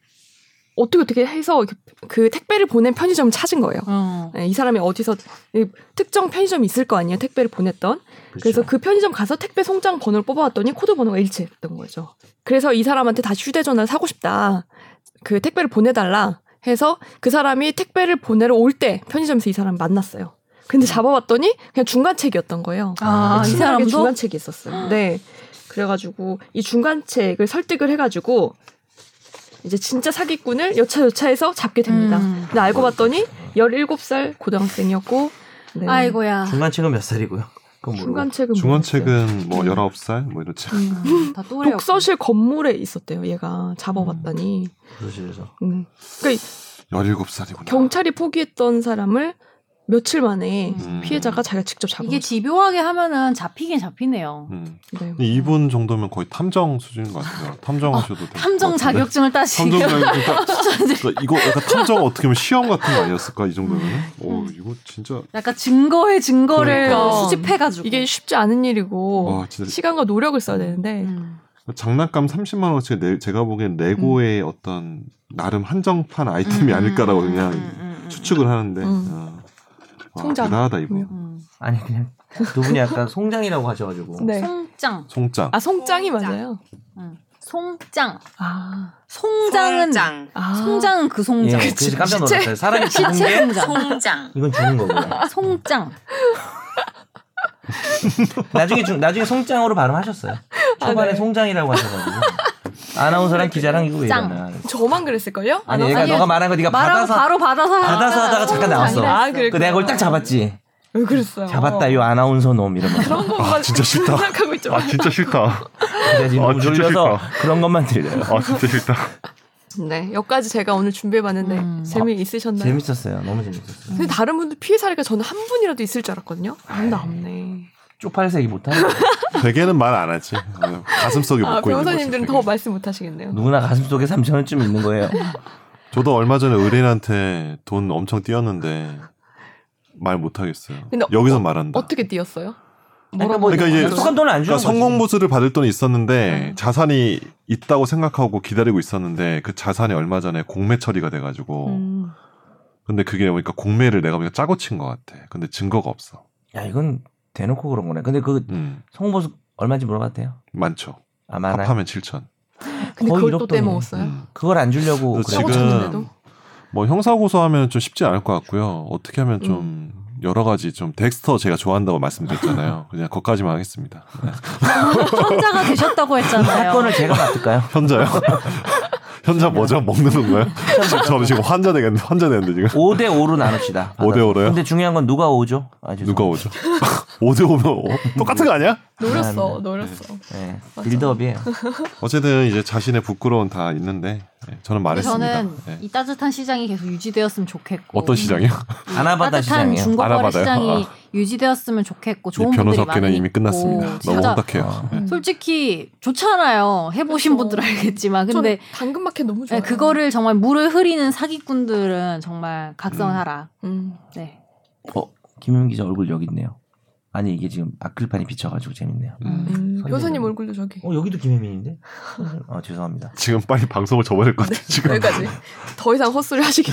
어떻게 어떻게 해서 이렇게 그 택배를 보낸 편의점을 찾은 거예요.
어.
네, 이 사람이 어디서 이 특정 편의점이 있을 거 아니에요. 택배를 보냈던. 그래서그 편의점 가서 택배 송장 번호를 뽑아왔더니 코드 번호가 일치했던 거죠. 그래서 이 사람한테 다시 휴대전화를 사고 싶다. 그 택배를 보내달라 해서 그 사람이 택배를 보내러 올 때 편의점에서 이 사람 만났어요. 근데 잡아봤더니 그냥 중간책이었던 거예요.
아, 이
친하게
사람도 아.
중간책이 있었어요. 네. 그래가지고 이 중간책을 설득을 해가지고 이제 진짜 사기꾼을 여차여차해서 잡게 됩니다.
음.
근데 알고 봤더니 17살 고등학생이었고 네.
아이고야
중간책은 몇 살이고요? 그건 모르고.
중간책은
중원책은 뭐 19살 뭐 이런 책.
음, 다 또래였고.
독서실 건물에 있었대요. 얘가 잡아봤다니.
교실에서.
음. 그러니까
17살이구나.
경찰이 포기했던 사람을 며칠 만에
음.
피해자가 자기가 직접 잡은
이게
거죠.
집요하게 하면은 잡히긴 잡히네요.
음.
네.
근데 이분 정도면 거의 탐정 수준인 것 같아요. 탐정하셔도 될것
탐정
같은데.
자격증을 따시고
어, 탐정 자격증. 따-
추천드리.
그러니까 이거 약간 탐정 어떻게 보면 시험 같은 거 아니었을까 이 정도면? 오 이거 진짜
약간 증거의 증거를 어,
그러니까.
수집해가지고
이게 쉽지 않은 일이고
와 진짜
시간과 노력을 써야 되는데
음.
장난감 30만 원어치 내 제가 보기엔 레고의
음.
어떤 나름 한정판 아이템이
음,
아닐까라고
음,
그냥
음, 음, 음.
추측을 하는데
음.
아, 와,
송장.
대단하다 이분.
음.
음.
아니 그냥 두 분이 아까 송장이라고 하셔가지고.
네.
송장,
송장.
아 송장이
송장.
맞아요.
음. 송장,
아,
송장은
송장.
아.
송장은 그
예,
송장,
그래서 깜짝 놀랐어요. 사람이 죽은
시체
게
송장,
송장.
이건 죽은 거고요.
송장.
나중에 중, 나중에 송장으로 발음하셨어요. 초반에
네.
송장이라고 하셔가지고 아나운서랑 기자랑 이거 왜
장.
이러나.
저만 그랬을걸요?
아니 얘가
아니요.
너가 말한 거 네가
말하고
받아서
바로 받아서 하잖아요.
받아서 하다가 잠깐 나왔어.
송장이라
아,
했어.
그래.
그 내가 그걸 딱 잡았지.
왜 그랬어요?
잡았다 이 아나운서 아, 놈 이러면서.
그런 것만
진짜 싫다.
생각하고 있죠.
아, 진짜 싫다.
근데 지금
아,
너무
진짜
졸려서 그런 것만 들려요.
아 진짜 싫다.
네, 여기까지 제가 오늘 준비해봤는데
음.
재미 있으셨나요?
재밌었어요. 너무 재밌었어요.
근데 다른 분들 피해 사례가 저는 한 분이라도 있을 줄 알았거든요. 아무도 없네.
쪽팔려서 얘기 못하는 거예요.
대개는 말 안 하지. 아, 가슴속에
아,
묻고 있는 거지.
변호사님들은
되게.
더 말씀 못 하시겠네요.
누구나 가슴속에 3천 원쯤 있는 거예요.
저도 얼마 전에 의뢰인한테 돈 엄청 띄었는데 말 못 하겠어요.
근데
여기서 말한다.
어떻게 띄었어요?
그러니까
뭐라고
뭐
그러니까 이제
약속한 돈을 안
그러니까
주는 거지.
성공 보수를 받을 돈이 있었는데
음.
자산이 있다고 생각하고 기다리고 있었는데 그 자산이 얼마 전에 공매 처리가 돼가지고
음.
근데 그게 보니까 공매를 내가 보니까 짜고 친 것 같아. 근데 증거가 없어.
야 이건 대놓고 그런 거네. 근데 그
음
성보수 얼마인지 물어봐도 돼요?
많죠.
아마 나
합하면 7천.
근데 그걸
거의
또
이럴 돈이네.
떼먹었어요.
음.
그걸 안 주려고
그래서
그래요.
쳤는데도?
지금 뭐 형사 고소하면 좀 쉽지 않을 것 같고요. 어떻게 하면 좀 여러 가지 좀 덱스터 제가 좋아한다고 말씀드렸잖아요. 그냥 거기까지만 하겠습니다. 네.
청자가 되셨다고 했잖아요.
사건을 제가 맡을까요?
현자요? 현자 뭐죠? 먹는 건가요? 저는 지금 환자 되겠는데 환자 되는데 지금
5대 5로 나눕시다. 받아서.
5대 5 로요?
근데 중요한 건 누가 오죠? 아, 죄송합니다.
누가 오죠? 5대 5면 어, 똑같은 거 아니야?
노렸어,
미안합니다.
네.
노렸어.
예. 빌드업이에요.
어쨌든 이제 자신의 부끄러운 다 있는데 예, 저는 말했습니다.
저는
예.
이 따뜻한 시장이 계속 유지되었으면 좋겠고
어떤 시장이요?
아나바다
따뜻한
시장이에요.
중고거래
아나바다요?
시장이
아.
유지되었으면 좋겠고 좋은
이
분들이 많으니까
변호사계는 이미 끝났습니다. 너무
진짜
혼탁해요. 예.
솔직히 좋잖아요. 해보신
그렇죠.
분들 알겠지만 근데
근데 당근마켓 너무
네,
좋아요.
그거를 정말 물을 흐리는 사기꾼들은 정말 각성하라.
음.
네.
어, 김윤 기자 얼굴 여기 있네요. 아니 이게 지금 아클판이 비쳐가지고 재밌네요.
음.
음,
선생님.
교사님 얼굴도 저기
어 여기도 김혜민인데? 아 죄송합니다.
지금 빨리 방송을 접어야 될
네.
것 같아 요 지금.
그러니까
여기까지 더 이상 헛소리 하시기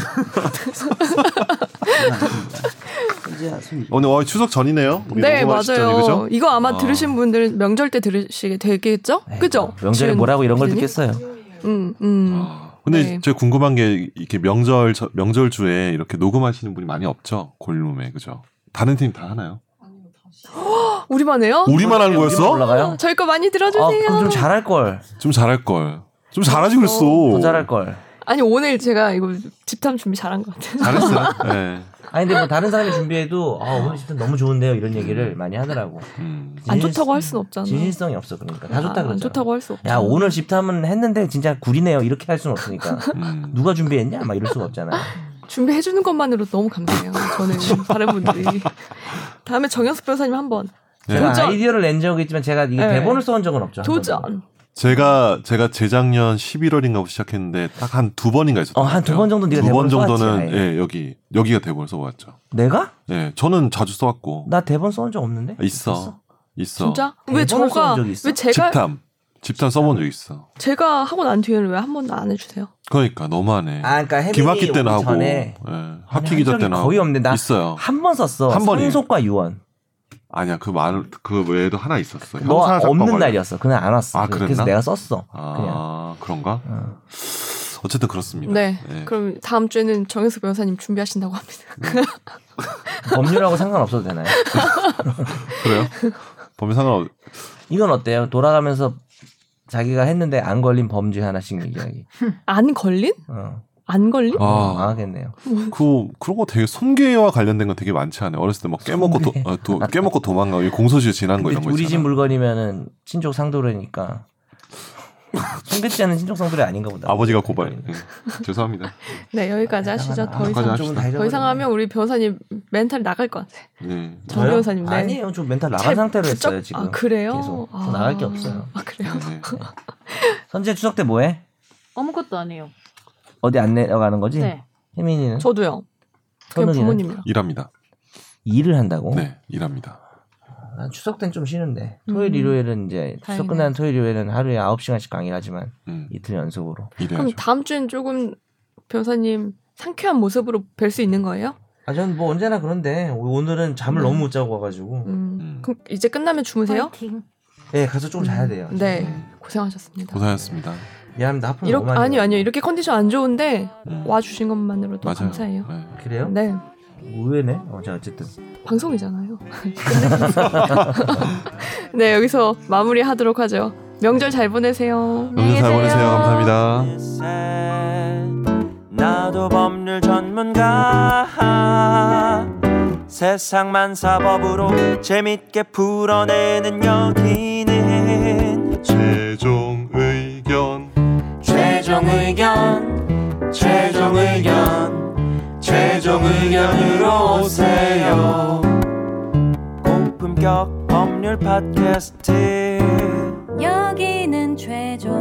이제 손
오늘 어, 추석 전이네요. 우리
네
녹음할
맞아요.
시점이, 그죠?
이거 아마
아.
들으신 분들은 명절 때 들으시게 되겠죠?
에이,
그죠?
네, 명절에
지은
뭐라고 이런 걸
PD님?
듣겠어요.
음, 음.
아, 근데
네.
제가 궁금한 게 이렇게 명절 저- 명절 주에 이렇게 녹음하시는 분이 많이 없죠 골룸에 그죠? 다른 팀 다 하나요?
우리만
어,
해요?
우리만 하는
우리만
거였어?
올라가요?
저희 거 많이
아,
들어주세요.
그럼 좀 잘할 걸.
좀 잘할 걸. 좀 잘하지 그랬어.
더 잘할 걸.
아니 오늘 제가 이거 집탐 준비 잘한 것 같아요.
잘했어요. 네.
아니 근데 뭐 다른 사람이 준비해도 아 오늘 집단 너무 좋은데요 이런 얘기를 많이 하더라고.
음.
안 좋다고 할 순 없잖아.
진실성이 없어 그러니까 다 좋다
아,
그러잖아.
안 좋다고 할 수 없죠.
야 오늘 집탐은 했는데 진짜 구리네요 이렇게 할 수는 없으니까
음.
누가 준비했냐 막 이럴 수가 없잖아.
준비해 주는 것만으로 너도 너무 감사해요. 저는 다른 분들이 다음에 정영석 변호사님 한번
네.
제가
도전.
아이디어를 낸 적이 있지만 제가 이게
네.
대본을 써온 적은 없죠. 한 번도.
도전.
제가 제가 재작년 11월인가부터 시작했는데 딱 한 두 번인가 있었던
어, 한두번 정도 네가
두번
대본을 써왔지,
정도는
아예.
예, 여기 여기가 대본을 써왔죠.
내가?
예, 저는 자주 써왔고
나 대본 써온 적 없는데?
있어 있어.
진짜? 왜
대본을 써본
저가
적이 있어?
왜 제가
집탐 집탐 써본 적 있어.
제가 하고 난 뒤에는 왜 한 번도 안 해주세요?
그러니까 너무하네.
아 그러니까 해빈이
김학기 때는
오기
하고
전에
예,
한
학기 기자
적이
때는 하고
거의 없는데 나-
있어요.
한 번 썼어.
한 번이에요.
상속과 유언.
아니야 그말그 외에도 하나 있었어.
너
형사 사건
뭐 없는
관련.
날이었어. 그날 안 왔어.
아,
그래서
그랬나?
내가 썼어. 그냥.
아 그런가?
어.
어쨌든 그렇습니다.
네.
예.
그럼 다음 주에는 정영석 변호사님 준비하신다고 합니다.
네. 법률하고 상관없어도 되나요?
그래요? 범위 상관 없.
이건 어때요? 돌아가면서 자기가 했는데 안 걸린 범죄 하나씩 얘기하기.
안 걸린?
어.
안 걸린?
아.
아,
망하겠네요.
그 그런 거 되게 손괴와 관련된 거 되게 많지 않아요? 어렸을 때 막 깨먹고 도,
손괴.
어, 도- 깨먹고 도망가고 이 공소시효 지난 거
근데
이런 거
우리 집
있잖아.
물건이면은 친족 상도로니까 손괴지 않은 친족 상도로 아닌가 보다.
아버지가 고발. 예. 죄송합니다.
네 여기까지 하시죠.
아,
더 이상
여기까지
쪽은
합시다.
다
더 이상
해버렸네.
하면 우리 변호사님 멘탈 나갈 것 같아.
네.
정
저요?
변호사님 네.
아니에요. 저 멘탈 나간
제-
상태로
부쩍-
했어요 지금.
아 그래요?
계속. 저
아.
나갈 게 없어요.
아 그래요?
네.
선재 추석 때 뭐해?
아무것도 안 해요.
어디 안 내려가는 거지?
네.
혜민이는
저도요. 그냥
선우이는?
부모님이랑.
일합니다.
일을 한다고? 아,
네, 일합니다.
난 추석 때는 좀 쉬는데 토요일
음.
일요일은 이제
다행이네.
추석 끝나는 토요일 일요일은 하루에 9시간씩 강의를 하지만
음,
이틀 연속으로
일해야죠.
그럼 다음 주엔 조금 변호사님 상쾌한 모습으로 뵐 수 있는 거예요?
아 저는 뭐 언제나 그런데 오늘은 잠을
음.
너무 못 자고 와가지고
음.
음.
그럼 이제 끝나면 주무세요?
파이팅.
네 가서 좀 자야 돼요
네.
음,
고생하셨습니다.
고생하셨습니다.
미안합니다 하품
이렇게
너무 많이
아니요
해요.
아니요 이렇게 컨디션 안 좋은데
음.
와 주신 것만으로도
맞아요.
감사해요.
네.
그래요?
네
의외네 어, 자 어쨌든
방송이잖아요. 네 여기서 마무리하도록 하죠. 명절 잘 보내세요.
명절 잘 보내세요. 감사합니다.
나도 법률 전문가 세상만 사법으로 재밌게 풀어내는 여기는
최종 의견
최종 의견 최종 의견 최종 의견으로 오세요 고품격 법률 팟캐스트
여기는 최종